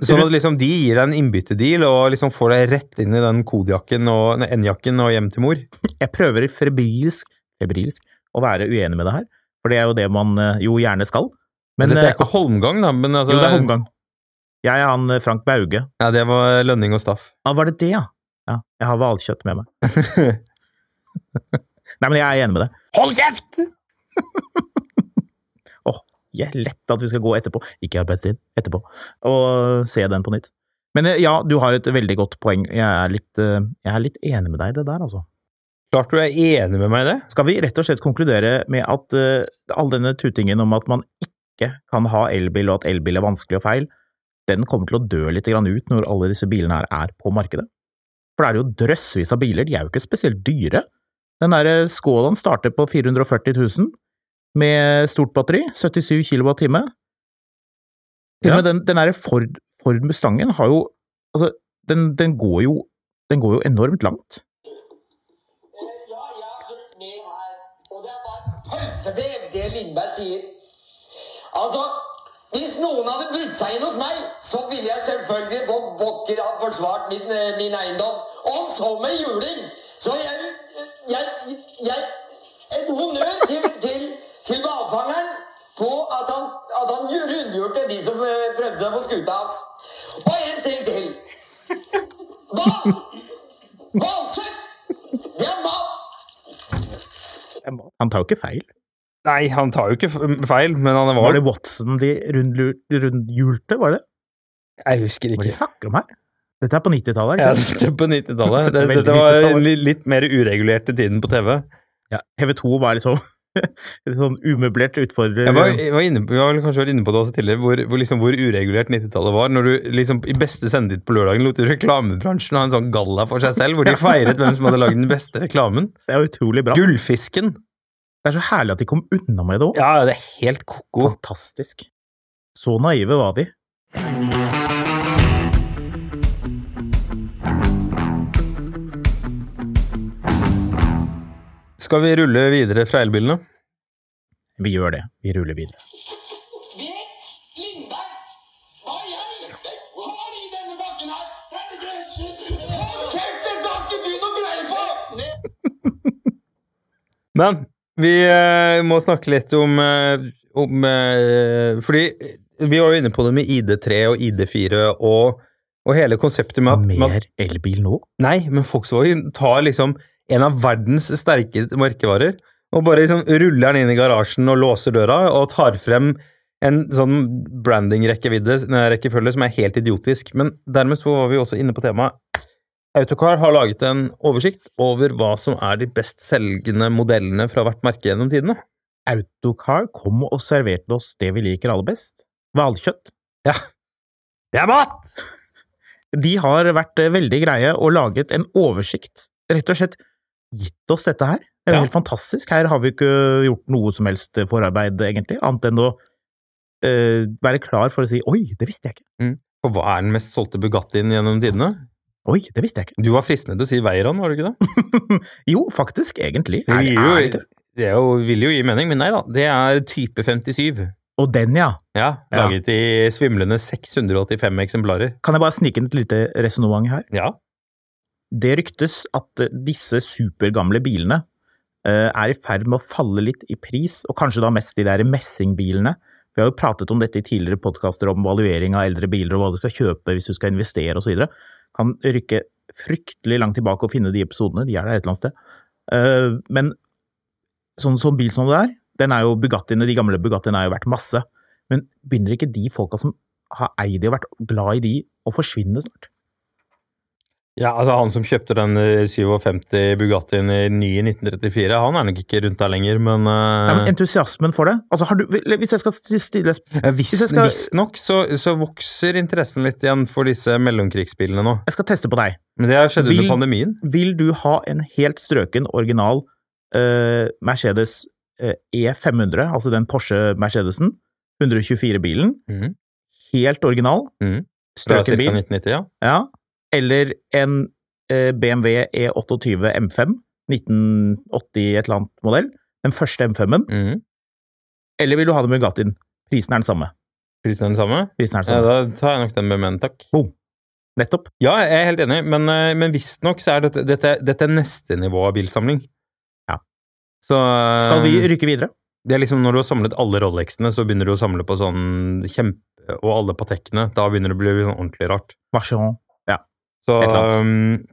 S2: Sånn at liksom de gir deg en innbyttedeal og liksom får deg rett inn i den kodejakken og nei, N-jakken og hjem til mor.
S1: Jeg prøver febrilsk, febrilsk å være uenig med det her, for det er jo det man eh, jo gjerne skal.
S2: Men,
S1: Men
S2: dette er
S1: eh,
S2: ikke Holmgang, da. Men altså,
S1: Jo, det er omgang. Jeg er han eh, Frank Bauge.
S2: Ja, det var Lønning og Staff.
S1: Ah, var det det, ja? Ja, jeg har hvalkjøtt med meg.
S2: <laughs>
S1: Nei, men jeg er enig med det.
S2: Hold kjeft!
S1: Jeg er lett at vi skal gå etterpå, ikke i arbeidstid, etterpå, og se den på nytt. Men eh, ja, du har et veldig godt poeng. Jeg er litt, eh, jeg er litt enig med deg i det der, altså.
S2: Klart du er enig med meg i det?
S1: Skal vi rett og slett konkludere med at eh, all denne tutingen om at man ikke kan ha elbil, og at elbil er vanskelig og feil, den kommer til å dø litt grann ut når alle disse bilene her er på markedet? For det er jo drøssevis av biler, de er jo ikke spesielt dyre. Den derre Skålan starter på 440 000 med stort batteri, 77 kWt. Til og med den, den derre Ford, Ford Mustangen har jo Altså, den, den går jo Den går jo enormt langt.
S5: Eh, Ja, jeg har fulgt med her. Og det er bare pølsevev, det Lindberg sier. Altså, hvis noen hadde brutt seg inn hos meg, så ville jeg selvfølgelig på bokker ha forsvart min, eh, min eiendom. Om så med juling! Så jeg, jeg, jeg En honnør til, til, til hvalfangeren på at han, at han rundgjorde de som eh, prøvde seg på skuta hans. Og en ting til. Hva? Hvalkjøtt! Det er mat!
S1: Han tar jo ikke feil.
S2: Nei, han tar jo ikke f- feil, men han var,
S1: Var det Watson de rundlu- rundhjulte, var det?
S2: Jeg husker
S1: Hva er det
S2: ikke.
S1: de snakker om her? Dette er på 90-tallet,
S2: Ja,
S1: er det ikke?
S2: dette er på 90-tallet. Det,
S1: Veldig
S2: dette var
S1: 90-tallet.
S2: li- litt mer uregulerte tiden på TV.
S1: Ja. TV2 var liksom <laughs> en sånn umøblert utfordrer.
S2: Jeg var, jeg var inne, på- vi har vel kanskje vært inne på det også tidligere, hvor, hvor, liksom, hvor uregulert 90-tallet var. Når du liksom i beste sendetid på lørdagen lot du reklamebransjen ha en sånn galla for seg selv, hvor de feiret hvem som hadde lagd den beste reklamen.
S1: Det er jo utrolig bra.
S2: Gullfisken!
S1: Det er så herlig at de kom unna med det òg.
S2: Ja, det er helt ko-ko.
S1: Fantastisk. Så naive var vi.
S2: Skal vi rulle videre fra elbilene?
S1: Vi gjør det. Vi ruller videre.
S5: Vet Lindberg hva jeg har i denne pakken her? Hold kjeft, dette har ikke du noe greie på!
S2: Men vi eh, må snakke litt om, eh, om eh, Fordi vi var jo inne på det med ID3 og ID4 og, og hele konseptet med at med at-
S1: Mer elbil nå?
S2: Nei, men Volkswagen tar liksom en av verdens sterkeste merkevarer og bare liksom ruller den inn i garasjen og låser døra og tar frem en sånn branding-rekkevidde nei, rekkefølge som er helt idiotisk. Men dermed så var vi også inne på temaet. Autocar har laget en oversikt over hva som er de best selgende modellene fra hvert merke gjennom tidene.
S1: Autocar kom og serverte oss det vi liker aller best. Hvalkjøtt.
S2: Ja. Det er mat!
S1: De har vært eh, veldig greie og laget en oversikt. Rett og slett gitt oss dette her. Det er jo
S2: Ja.
S1: helt fantastisk. Her har vi ikke gjort noe som helst forarbeid, egentlig, annet enn å eh, være klar for å si 'oi, det visste jeg ikke'.
S2: Og hva er den mest solgte Bugattien gjennom tidene?
S1: Oi, det visste jeg ikke.
S2: Du var fristende til å si Veyron, var du ikke det?
S1: <laughs> Jo, faktisk, egentlig.
S2: Det
S1: Er,
S2: vil
S1: er det
S2: jo,
S1: det?
S2: det er jo, vil jo gi mening, men nei da. Det er type 57.
S1: Og den, ja.
S2: Ja,
S1: Ja.
S2: Laget i svimlende 685 eksemplarer.
S1: Kan jeg bare snike inn et lite resonnement her?
S2: Ja.
S1: Det ryktes at eh, disse supergamle bilene eh, er i ferd med å falle litt i pris, og kanskje da mest de der messingbilene. Vi har jo pratet om dette i tidligere podkaster, om valuering av eldre biler og hva du skal kjøpe hvis du skal investere osv. Kan rykke fryktelig langt tilbake og finne de episodene, de er der et eller annet sted. Eh, Men sånn, sånn bil som det er, den er jo Bugattiene, de gamle Bugattiene er jo verdt masse. Men begynner ikke de folka som har eid de og vært glad i de, å forsvinne snart?
S2: ja, altså Han som kjøpte den eh, 57 Bugattien i ny i 1934, han er nok ikke rundt der lenger, men,
S1: Nei, men
S2: eh,
S1: entusiasmen for det? Altså, har du, hvis jeg skal stille Jeg
S2: eh, hvis,
S1: hvis jeg skal-
S2: Visstnok så, så vokser interessen litt igjen for disse mellomkrigsbilene nå.
S1: skal teste på deg.
S2: Men det har skjedd
S1: Vil-
S2: under pandemien.
S1: Vil du ha en helt strøken original eh, Mercedes eh, E500, altså den Porsche Mercedesen, 124-bilen,
S2: Mhm.
S1: helt original,
S2: Mhm. Fra ca.
S1: strøken bil,
S2: 1990, ja.
S1: ja. eller en eh, BMW E28 M5, 1980 et eller annet modell, den første M5-en,
S2: Mhm.
S1: eller vil du ha den med Gatin? Prisen er den samme.
S2: Prisen er den samme?
S1: Prisen er den
S2: Ja,
S1: samme.
S2: da tar jeg nok den med menn, takk.
S1: Nettopp.
S2: Ja, jeg er helt enig, men, eh, men visstnok så er dette, dette, dette er neste nivå av bilsamling.
S1: Ja.
S2: Så eh,
S1: Skal vi rykke videre?
S2: Det er liksom når du har samlet alle Rolexene, så begynner du å samle på sånn kjempe... Og alle Patekene. Da begynner det å bli sånn ordentlig rart.
S1: Vacheron.
S2: Så
S1: Et eller annet.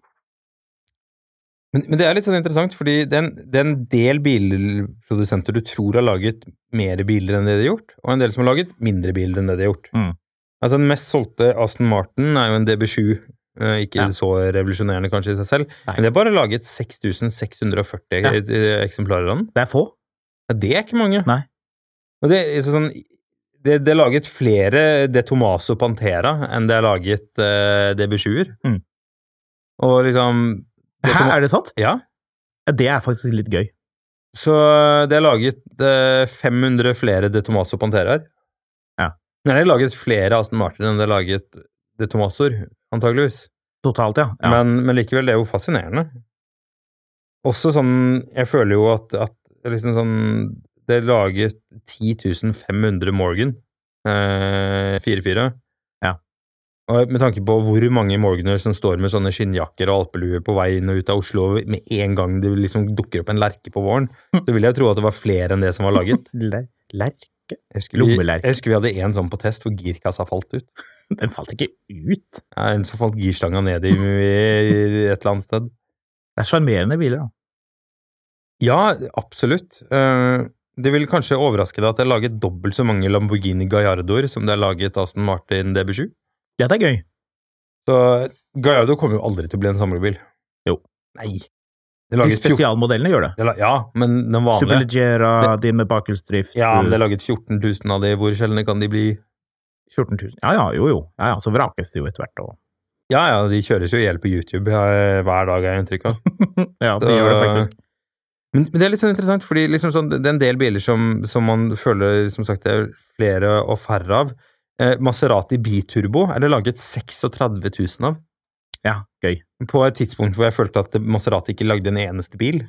S2: um, men, men det er litt sånn interessant, fordi det er en, det er en del bilprodusenter du tror har laget mer biler enn det de har gjort, og en del som har laget mindre biler enn det de har gjort.
S1: Mm.
S2: Altså Den mest solgte Aston Martin er jo en DB7. eh, Ikke
S1: Ja.
S2: så revolusjonerende kanskje i seg selv,
S1: Nei.
S2: men det er bare laget 6640
S1: Ja.
S2: eh, eksemplarer av den.
S1: Det er få.
S2: Ja, det er ikke mange.
S1: Nei.
S2: Og det, er sånn, det, det er laget flere De Tomaso Pantera enn det er laget eh, DB7-er.
S1: Mm.
S2: Og liksom det
S1: Hæ,
S2: Toma-
S1: er det sant?
S2: Ja.
S1: Ja, Det er faktisk litt gøy.
S2: Så det er laget eh, 500 flere De Tomaso Panteraer.
S1: Ja.
S2: Men det er laget flere Aston Martin enn det er laget De Tomasoer, antageligvis.
S1: Totalt, ja. ja.
S2: Men, men likevel, det er jo fascinerende. Også sånn Jeg føler jo at, at det er liksom sånn Det er laget 10.500 Morgan eh, 4-4.
S1: Ja.
S2: Og med tanke på hvor mange Morganer som står med sånne skinnjakker og alpeluer på vei inn og ut av Oslo med en gang det liksom dukker opp en lerke på
S1: <laughs>
S2: våren, så vil jeg tro at det var flere enn det som var laget.
S1: Ler- Lerke
S2: Jeg husker vi,
S1: Lommelerke.
S2: jeg husker vi hadde en sånn på test hvor girkassa falt ut.
S1: Den falt ikke ut.
S2: Ja, En som falt girstanga ned i, i i et eller annet sted.
S1: Det er sjarmerende biler, da.
S2: Ja, absolutt. Eh, Det vil kanskje overraske deg at det er laget dobbelt så mange Lamborghini Gallardoer som det er laget Aston Martin DB7.
S1: Ja, det er gøy.
S2: Så Gallardo kommer jo aldri til å bli en samlebil.
S1: Jo.
S2: Nei. Det er
S1: De
S2: laget 14
S1: spesialmodellene gjør det.
S2: det er la- Ja, men den vanlige.
S1: Superleggera, de med bakhjulsdrift,
S2: Ja, men det
S1: eh,
S2: er laget 14 000 av de. Hvor sjeldne kan de bli?
S1: 14 000 Ja ja, jo jo. Ja, ja, så vrakes det jo etter hvert. Og...
S2: Ja ja, de kjøres jo i hjel på YouTube eh, hver dag, har jeg inntrykk av.
S1: ja, de
S2: Så-
S1: gjør det faktisk.
S2: Men, men det er litt sånn interessant, fordi liksom sånn, det er en del biler som, som man føler som sagt, det er flere og færre av. Eh, Maserati Biturbo er det laget 36 000 av.
S1: Ja, gøy.
S2: På et tidspunkt hvor jeg følte at Maserati ikke lagde en eneste bil.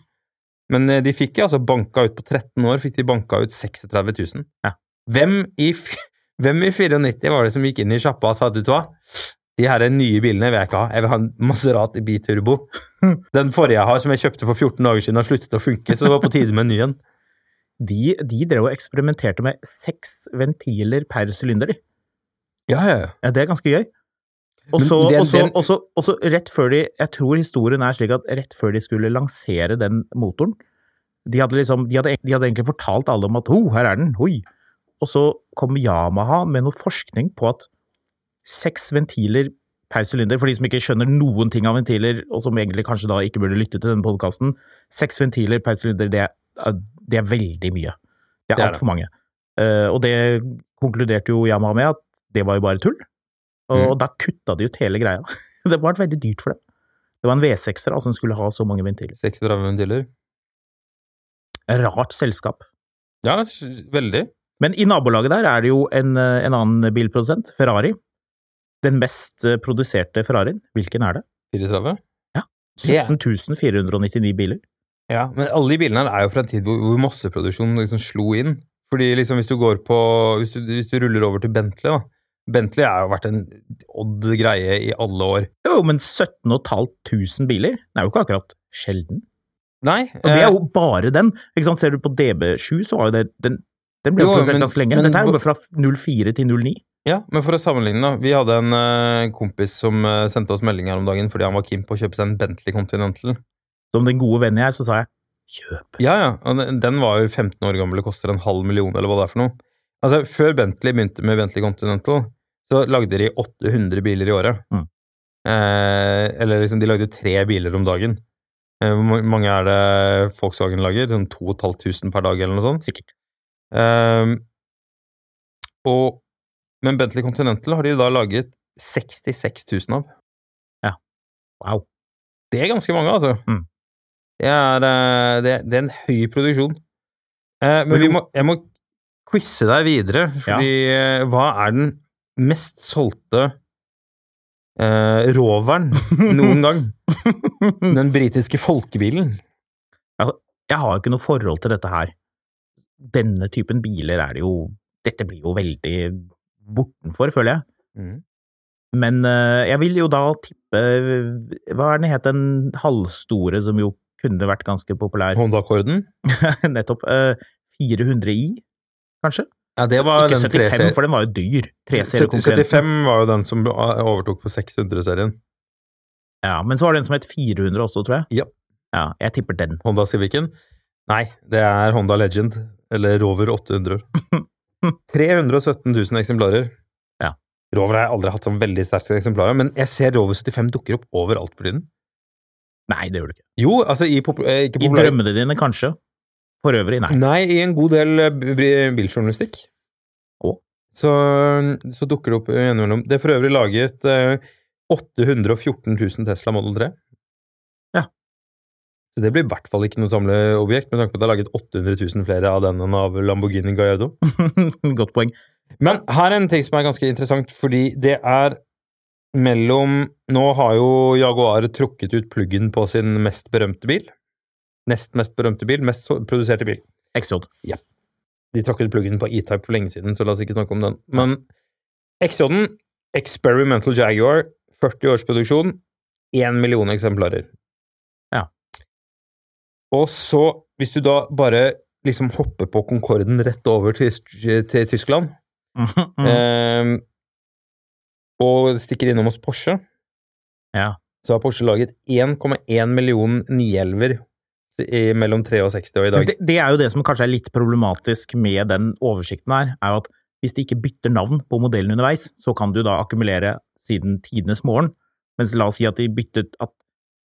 S2: Men eh, de fikk altså banka ut på 13 år, fikk de banka ut 36 000. Hvem, i, f- <laughs> hvem i 94 var det som gikk inn i sjappa og sa at vet du hva, de her nye bilene vil jeg ikke ha, jeg vil ha en Maserati biturbo. <laughs> Den forrige jeg har, som jeg kjøpte for 14 dager siden, har sluttet å funke, så det var på tide med en ny en.
S1: De, de drev og eksperimenterte med seks ventiler per sylinder, de.
S2: Ja, ja, ja.
S1: Ja, det er ganske gøy. Og
S2: Men
S1: så,
S2: den-
S1: og så-
S2: den-
S1: og så- og så rett før de Jeg tror historien er slik at rett før de skulle lansere den motoren De hadde, liksom, de hadde, de hadde egentlig fortalt alle om at Ho, her er den! Hoi! Og så kom Yamaha med noe forskning på at seks ventiler per sylinder For de som ikke skjønner noen ting av ventiler, og som egentlig kanskje da ikke burde lytte til denne podkasten Seks ventiler per sylinder, det, er- eh, det er veldig mye. Det
S2: Det
S1: er
S2: er
S1: altfor mange. Eh, og det konkluderte jo Yamaha med at det var jo bare tull.
S2: Mm.
S1: Og da kutta de ut hele greia. <laughs> Det var vært veldig dyrt for dem. Det var en V6-er altså, som skulle ha så mange ventiler.
S2: 36 ventiler.
S1: Rart selskap.
S2: Ja, s- veldig.
S1: Men i nabolaget der er det jo en, eh, en annen bilprodusent, Ferrari. Den mest eh, produserte Ferrarien. Hvilken er det?
S2: 34.
S1: 17 499 biler.
S2: Ja, men alle de bilene her er jo fra en tid hvor, hvor masseproduksjonen liksom slo inn. Fordi liksom hvis du går på Hvis du, hvis du ruller over til Bentley, da. Bentley har jo vært en odd greie i alle år.
S1: Jo, men 17 500 biler? Det er jo ikke akkurat sjelden.
S2: Nei.
S1: Og det
S2: eh,
S1: er jo bare den. Ikke sant? Ser du på DB7, så var jo det Den, den ble
S2: Jo,
S1: jo produsert
S2: men-
S1: ganske lenge.
S2: men-
S1: Dette er jo bare fra 04 til 09.
S2: Ja, men for å sammenligne, da. Vi hadde en eh, kompis som eh, sendte oss melding her om dagen fordi han var keen på å kjøpe seg en Bentley Continental.
S1: Som den gode vennen jeg er, så sa jeg kjøp.
S2: Ja, ja. Og den- den var jo 15 år gammel og koster en halv million, eller hva det er for noe. Altså, Før Bentley begynte med Bentley Continental, så lagde de 800 biler i året.
S1: Mm.
S2: Eh, eller liksom, de lagde tre biler om dagen. Eh, Hvor ma- mange er det Volkswagen lager? Sånn 2500 per dag, eller noe sånt?
S1: Sikkert.
S2: Ehm, og, men Bentley Continental har de da laget 66 000 av.
S1: Wow.
S2: Det er ganske mange, altså.
S1: Mm.
S2: Det, er, eh, det, det er en høy produksjon. Eh, men
S1: Men
S2: vi
S1: du-
S2: må, jeg må quize deg videre, fordi eh, hva er den mest solgte eh, roveren noen <laughs> gang? Den britiske folkebilen.
S1: jeg har jo ikke noe forhold til dette her. Denne typen biler er det jo Dette blir jo veldig bortenfor, føler jeg.
S2: Mm.
S1: Men eh, jeg vil jo da tippe Hva er den het, den halvstore som jo kunne vært ganske populær?
S2: Honda-akkorden.
S1: <laughs> Nettopp. eh, 400 i, kanskje?
S2: Ja, det var
S1: ikke
S2: den
S1: 75,
S2: 3-serien.
S1: for den var jo dyr. 3-seriekonkurrenten.
S2: 75 var jo den som ble- overtok for 600-serien.
S1: Ja, men så var det en som het 400 også, tror jeg.
S2: Ja.
S1: Ja, jeg tipper den.
S2: Honda Civicen? Nei, det er Honda Legend, eller Rover <laughs> 800. 317 000 eksemplarer.
S1: Ja.
S2: Rover har jeg aldri hatt sånn veldig sterke eksemplarer, men jeg ser Rover 75 dukker opp overalt for tiden.
S1: Nei, det gjør du ikke.
S2: Jo, altså i, popu- eh, ikke
S1: I
S2: populære-
S1: drømmene dine, kanskje. For øvrig, nei.
S2: Nei, i en god del eh, b- b- biljournalistikk.
S1: Å.
S2: Så, så dukker det opp innimellom. Det er for øvrig laget eh, 814 000 Tesla Model 3.
S1: Ja.
S2: Så det blir i hvert fall ikke noe samleobjekt, med tanke på at det er laget 800 000 flere av den enn av Lamborghini Gallardo.
S1: <laughs> Godt poeng.
S2: Men her er en ting som er ganske interessant, fordi det er mellom Nå har jo Jaguar trukket ut pluggen på sin mest berømte bil. Nest mest berømte bil, mest so- produserte bil.
S1: XJ.
S2: De trakk ut pluggen på E-Type for lenge siden, så la oss ikke snakke om den. Men XJ-en, Experimental Jaguar, 40 års produksjon, 1 million eksemplarer.
S1: Ja.
S2: Og så, hvis du da bare liksom hopper på Concorden rett over til, til Tyskland,
S1: Mm.
S2: eh, og stikker innom hos Porsche,
S1: Ja.
S2: så har Porsche laget 1,1 million 911 i- mellom 63 og i
S1: Men
S2: dag.
S1: Det, det er jo det som kanskje er litt problematisk med den oversikten her, er jo at hvis de ikke bytter navn på modellen underveis, så kan du da akkumulere siden tidenes morgen. Mens la oss si at de byttet at,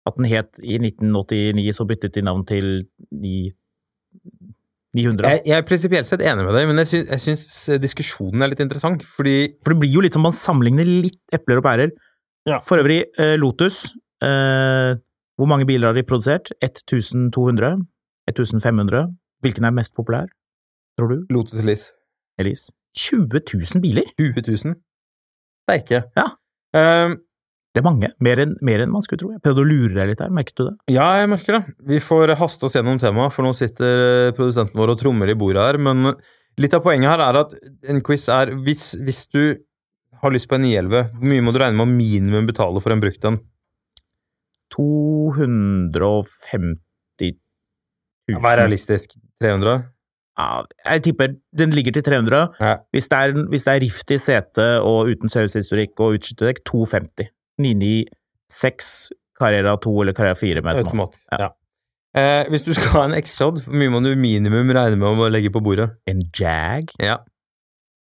S1: at den het i 1989, så byttet de navn til ni- 900.
S2: Jeg, jeg er prinsipielt sett enig med deg, men jeg syns, jeg syns diskusjonen er litt interessant. Fordi
S1: For det blir jo litt som man sammenligner litt epler og pærer.
S2: Ja.
S1: For øvrig, eh, Lotus eh, Hvor mange biler har de produsert? 1200? 1500? Hvilken er mest populær, tror du,
S2: Lotus Elise
S1: Elise? 20 000 biler?
S2: 20 000. Sterke.
S1: Ja.
S2: Ehm,
S1: Det er mange. Mer enn, mer enn man skulle tro. Jeg prøvde å lure deg litt her, merket du det?
S2: Ja, jeg merker det. Vi får haste oss gjennom temaet, for nå sitter eh, produsenten vår og trommer i bordet her. Men litt av poenget her er at en quiz er Hvis, hvis du har lyst på en I11, hvor mye må du regne med å minimum betale for en brukt en?
S1: 250 000.
S2: Vær realistisk. 300?
S1: Ja, jeg tipper den ligger til 300.
S2: Ja.
S1: Hvis, det er, hvis det er rift i setet og uten servicehistorikk og utskyttet dekk, 250. 996 Carrera 2 eller Carrera 4 med automat.
S2: Automat. Ja. Eh, hvis du skal ha en X-Rod, hvor mye må du minimum regne med å legge på bordet?
S1: En Jag?
S2: Ja.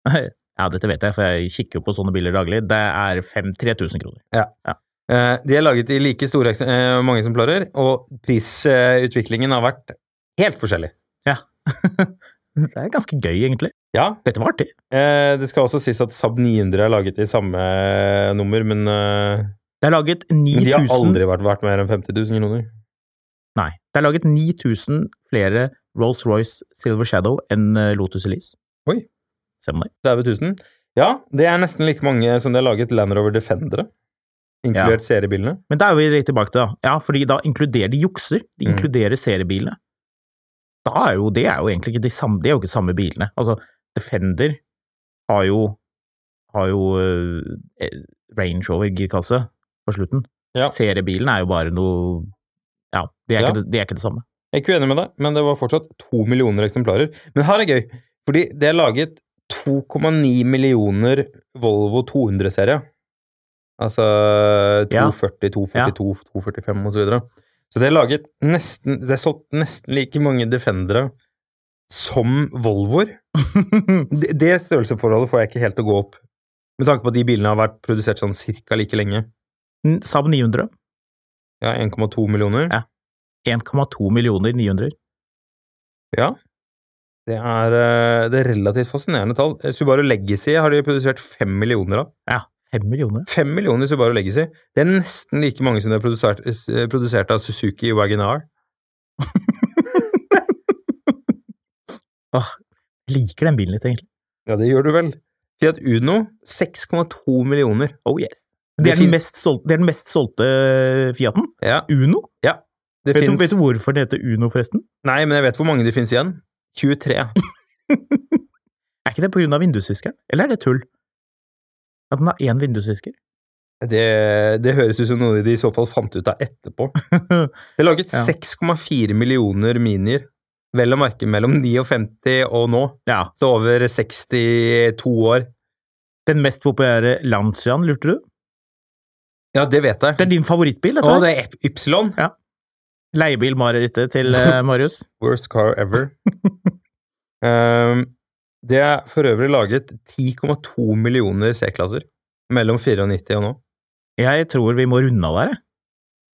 S1: Ja, dette vet jeg, for jeg kikker jo på sånne biler daglig. Det er 3000
S2: <laughs>
S1: kroner.
S2: Eh, de er laget i like store eks- eh, mange eksemplarer, og prisutviklingen har vært helt forskjellig.
S1: Det er ganske gøy, egentlig.
S2: Ja,
S1: Dette var artig.
S2: Eh, det skal også sies at Saab 900 er laget i samme nummer, men, eh,
S1: Det er laget
S2: men de har
S1: 9000
S2: aldri vært verdt mer enn 50 000 kroner.
S1: Nei, det er laget 9000 flere Rolls-Royce Silver Shadow enn eh, Lotus Elise.
S2: Oi.
S1: Ser man det?
S2: Det er vel 1000. Ja, det er nesten like mange som de har laget Land Rover Defendere, inkludert seriebilene.
S1: Men da er vi litt tilbake til det. Ja, fordi da inkluderer de jukser. De
S2: Mm.
S1: inkluderer seriebilene. Da er jo det er jo egentlig ikke de samme, de er jo ikke samme bilene. Altså, Defender har jo, har jo eh, Range Rover-girkasse på slutten.
S2: Ja.
S1: Seriebilen er jo bare noe Ja, de er,
S2: Ja.
S1: Ikke, det, de er ikke det samme.
S2: Jeg er ikke uenig med deg, men det var fortsatt to millioner eksemplarer. Men her er gøy, fordi det er laget 2,9 millioner Volvo 200-serie. Altså
S1: Ja.
S2: 240, 242, 245 osv. Så, videre. så det er laget nesten Det er solgt nesten like mange Defendere som Volvoer. Det, det størrelsesforholdet får jeg ikke helt til å gå opp, med tanke på at de bilene har vært produsert sånn cirka like lenge.
S1: N- Saab 900.
S2: Ja, 1,2 millioner.
S1: Ja. 1,2 millioner 900.
S2: Ja. Det er, eh, det er relativt fascinerende tall. Eh, Subaru Legacy har de produsert fem millioner av.
S1: Ja, 5
S2: <laughs>
S1: millioner.
S2: Fem millioner Subaru Legacy. Det er nesten like mange som de har produsert, eh, produsert av Suzuki Wagon R.
S1: Jeg liker den bilen litt, egentlig.
S2: Ja, det gjør du vel. Fiat Uno 6,2 millioner.
S1: Oh yes. Det er, den
S2: fin-
S1: mest solgte, det er den mest solgte eh, Fiaten.
S2: Ja,
S1: Uno.
S2: det
S1: Vet du,
S2: finnes-
S1: vet du hvorfor den heter Uno, forresten?
S2: Nei, men jeg vet hvor mange det finnes igjen. 23.
S1: Er ikke det på grunn av vindusviskeren, eller er det tull? At den har én vindusvisker?
S2: Det, det høres ut som noe de i så fall fant ut av etterpå.
S1: <laughs>
S2: Det er laget
S1: Ja.
S2: 6,4 millioner minier. Vel å merke mellom 59 og nå.
S1: ja.
S2: Så over 62 år.
S1: Den mest populære Lanciaen, lurte du?
S2: Ja, det vet jeg.
S1: Det er din favorittbil,
S2: Å,
S1: dette. her.
S2: det er Ep- Ypsilon.
S1: Leiebilmarerittet til eh,
S2: <laughs>
S1: Marius.
S2: Worst car ever.
S1: <laughs>
S2: um, det er for øvrig laget 10,2 millioner C-klasser mellom 94 og nå.
S1: Jeg tror vi må runde av der, jeg.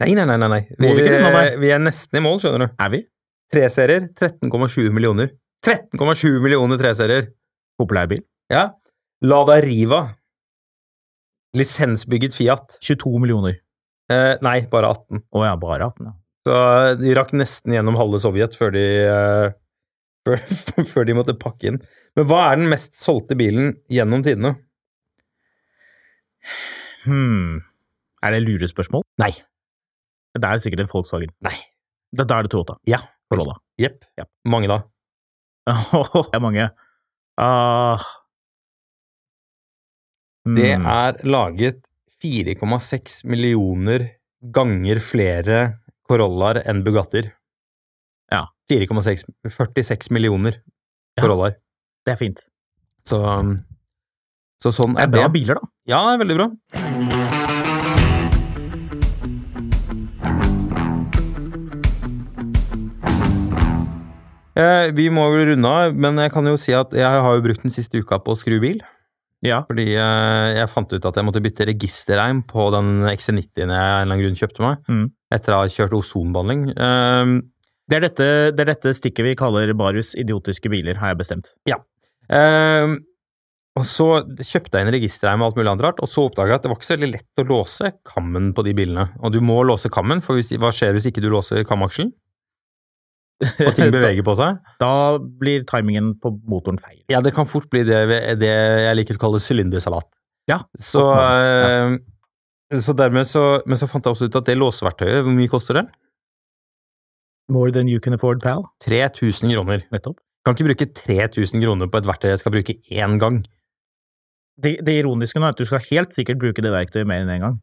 S2: Nei, nei, nei. nei, nei.
S1: Må vi ikke runde av
S2: eh,
S1: der?
S2: vi er nesten i mål, skjønner du.
S1: er vi?
S2: Tre serier, 13,7 millioner. 13,7 millioner treserier!
S1: Populær bil.
S2: Ja. Lada Riva. Lisensbygget Fiat.
S1: 22 millioner.
S2: Eh, nei, bare 18.
S1: Å ja, bare 18, ja.
S2: Så eh, de rakk nesten gjennom halve Sovjet før de, eh, <laughs> før, før de måtte pakke inn. Men hva er den mest solgte bilen gjennom tidene?
S1: Hmm. Er det lurespørsmål?
S2: Nei.
S1: Det er sikkert en Volkswagen.
S2: Nei.
S1: Da da er det Toyota.
S2: Ja.
S1: Corolla.
S2: Jepp.
S1: Ja.
S2: Mange da?
S1: det er mange. Ah. Hmm.
S2: Det er laget 4,6 millioner ganger flere Corollaer enn Bugatter.
S1: Ja.
S2: 4,6 46 millioner
S1: Ja.
S2: Corollaer.
S1: det er fint.
S2: Så, um, så sånn
S1: Det
S2: er
S1: er bra
S2: det.
S1: biler, da.
S2: Ja, det er veldig bra. Eh, vi må vel runde av, men jeg kan jo si at jeg har jo brukt den siste uka på å skru bil.
S1: Ja.
S2: Fordi eh, jeg fant ut at jeg måtte bytte registerreim på den XC90-en jeg av en eller annen grunn kjøpte meg.
S1: Mm.
S2: Etter å ha kjørt ozonbehandling. Eh,
S1: Det er dette, det er dette stikket vi kaller Barus idiotiske biler, har jeg bestemt.
S2: Ehm, og så kjøpte jeg en registerreim og alt mulig annet rart, og så oppdaga jeg at det var ikke så veldig lett å låse kammen på de bilene. Og du må låse kammen, for hvis, hva skjer hvis ikke du låser kamaksjen? Og <laughs> ting beveger på seg?
S1: Da blir timingen på motoren feil.
S2: Ja, det kan fort bli det, det jeg liker å kalle sylindersalat.
S1: Ja,
S2: Så
S1: godt mål. Ja.
S2: ehm, Så dermed så, men så fant jeg også ut at det låseverktøyet, hvor mye koster det?
S1: More than you can afford, pal.
S2: 3000 kroner.
S1: Nettopp.
S2: Kan ikke bruke 3000 kroner på et verktøy jeg skal bruke én gang.
S1: Det, det ironiske nå er at du skal helt sikkert bruke det verktøyet mer enn én gang.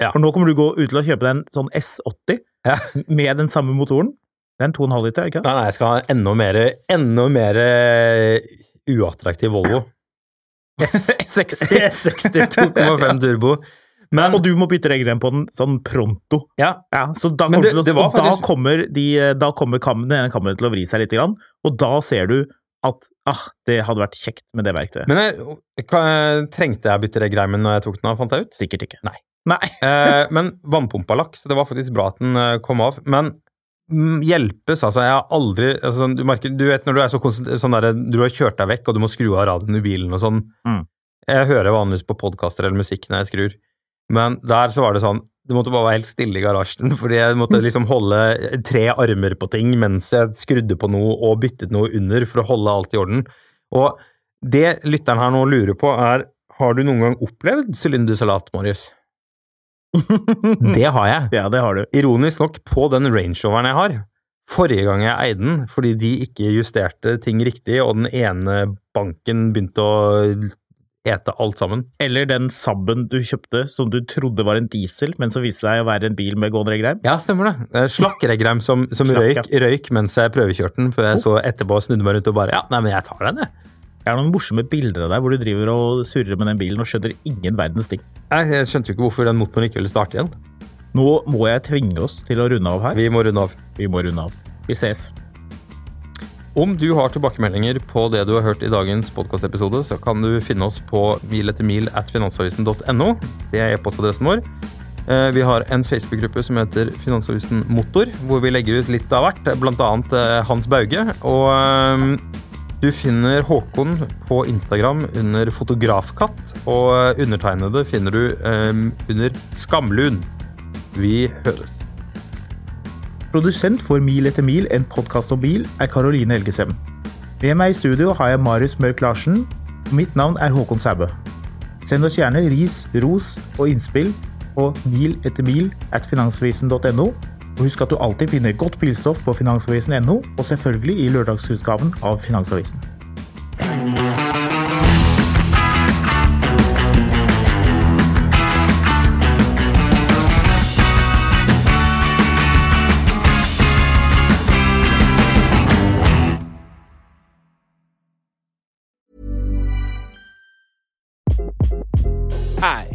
S2: Ja.
S1: For nå kommer du gå ut til å kjøpe deg en sånn S80
S2: Ja.
S1: med den samme motoren. Det er en 2,5 liter, er det <laughs> ikke det?
S2: Nei, nei, jeg skal ha enda mer, enda mer eh, uattraktiv Volvo.
S1: <laughs> S60.
S2: 60 2,5 turbo. Men
S1: Og du må bytte reglene på den sånn pronto.
S2: ja,
S1: Ja, så da
S2: Men
S1: kommer,
S2: det-
S1: til å,
S2: det var
S1: og da
S2: faktisk-
S1: kommer, de, eh, da kommer kam, den ene kammeren til å vri seg litt, grann, og da ser du at ah, det hadde vært kjekt med det verktøyet.
S2: men jeg, hva- trengte jeg bytte regreimen når jeg tok den av, fant jeg ut?
S1: Sikkert ikke.
S2: Nei.
S1: Nei.
S2: Eh, men vannpumpa lakk, så det var faktisk bra at den eh, kom av. Men mm, hjelpes, altså. Jeg har aldri altså, sånn, du, merker, du vet når du er så konsent- sånn der, du har kjørt deg vekk, og du må skru av radioen i bilen og sånn.
S1: Mm.
S2: Jeg hører vanligvis på podkaster eller musikk når jeg skrur, men der så var det sånn det måtte bare være helt stille i garasjen, <laughs> fordi jeg måtte liksom holde tre armer på ting mens jeg skrudde på noe og byttet noe under for å holde alt i orden. Og det lytteren her nå lurer på, er har du noen gang opplevd sylindersalat, Marius? <laughs>
S1: Mm.
S2: Det har jeg.
S1: Ja, det har du.
S2: Ironisk nok på den Range Roveren jeg har. Forrige gang jeg eide den, fordi de ikke justerte ting riktig, og den ene banken begynte å ete alt sammen.
S1: Eller den Saben du kjøpte som du trodde var en diesel, men som viste seg å være en bil med gående reglem.
S2: Ja, stemmer det. Eh, Slakkeregrem som, som
S1: Slakk,
S2: røyk, røyk mens jeg prøvekjørte den, før jeg så etterpå snudde meg rundt og bare Ja, nei, men jeg tar den, jeg.
S1: Det er noen morsomme bilder av deg hvor du driver og surrer med den bilen og skjønner ingen verdens ting.
S2: Jeg, jeg skjønte jo ikke hvorfor den motoren ikke ville starte igjen.
S1: Nå må jeg tvinge oss til å runde av her.
S2: Vi må runde av.
S1: Vi må runde av. Vi ses.
S2: Om du har tilbakemeldinger på det du har hørt i dagens podkastepisode, så kan du finne oss på mil etter mil at finansavisen.no. Det er e-postadressen vår. Eh, Vi har en Facebook-gruppe som heter Finansavisen Motor, hvor vi legger ut litt av hvert, bl.a. Hans Bauge. Og eh, du finner Håkon på Instagram under Fotografkatt, og eh, undertegnede finner du eh, under Skamlun. Vi høres.
S1: Produsent for Mil etter mil, en podkast om bil, er Caroline Helgesem. Med meg i studio har jeg Marius Mørk Larsen. og Mitt navn er Håkon Sæbø. Send oss gjerne ris, ros og innspill på mil etter mil at finansavisen.no. Og husk at du alltid finner godt bilstoff på finansavisen.no, og selvfølgelig i lørdagsutgaven av Finansavisen.
S6: Hi,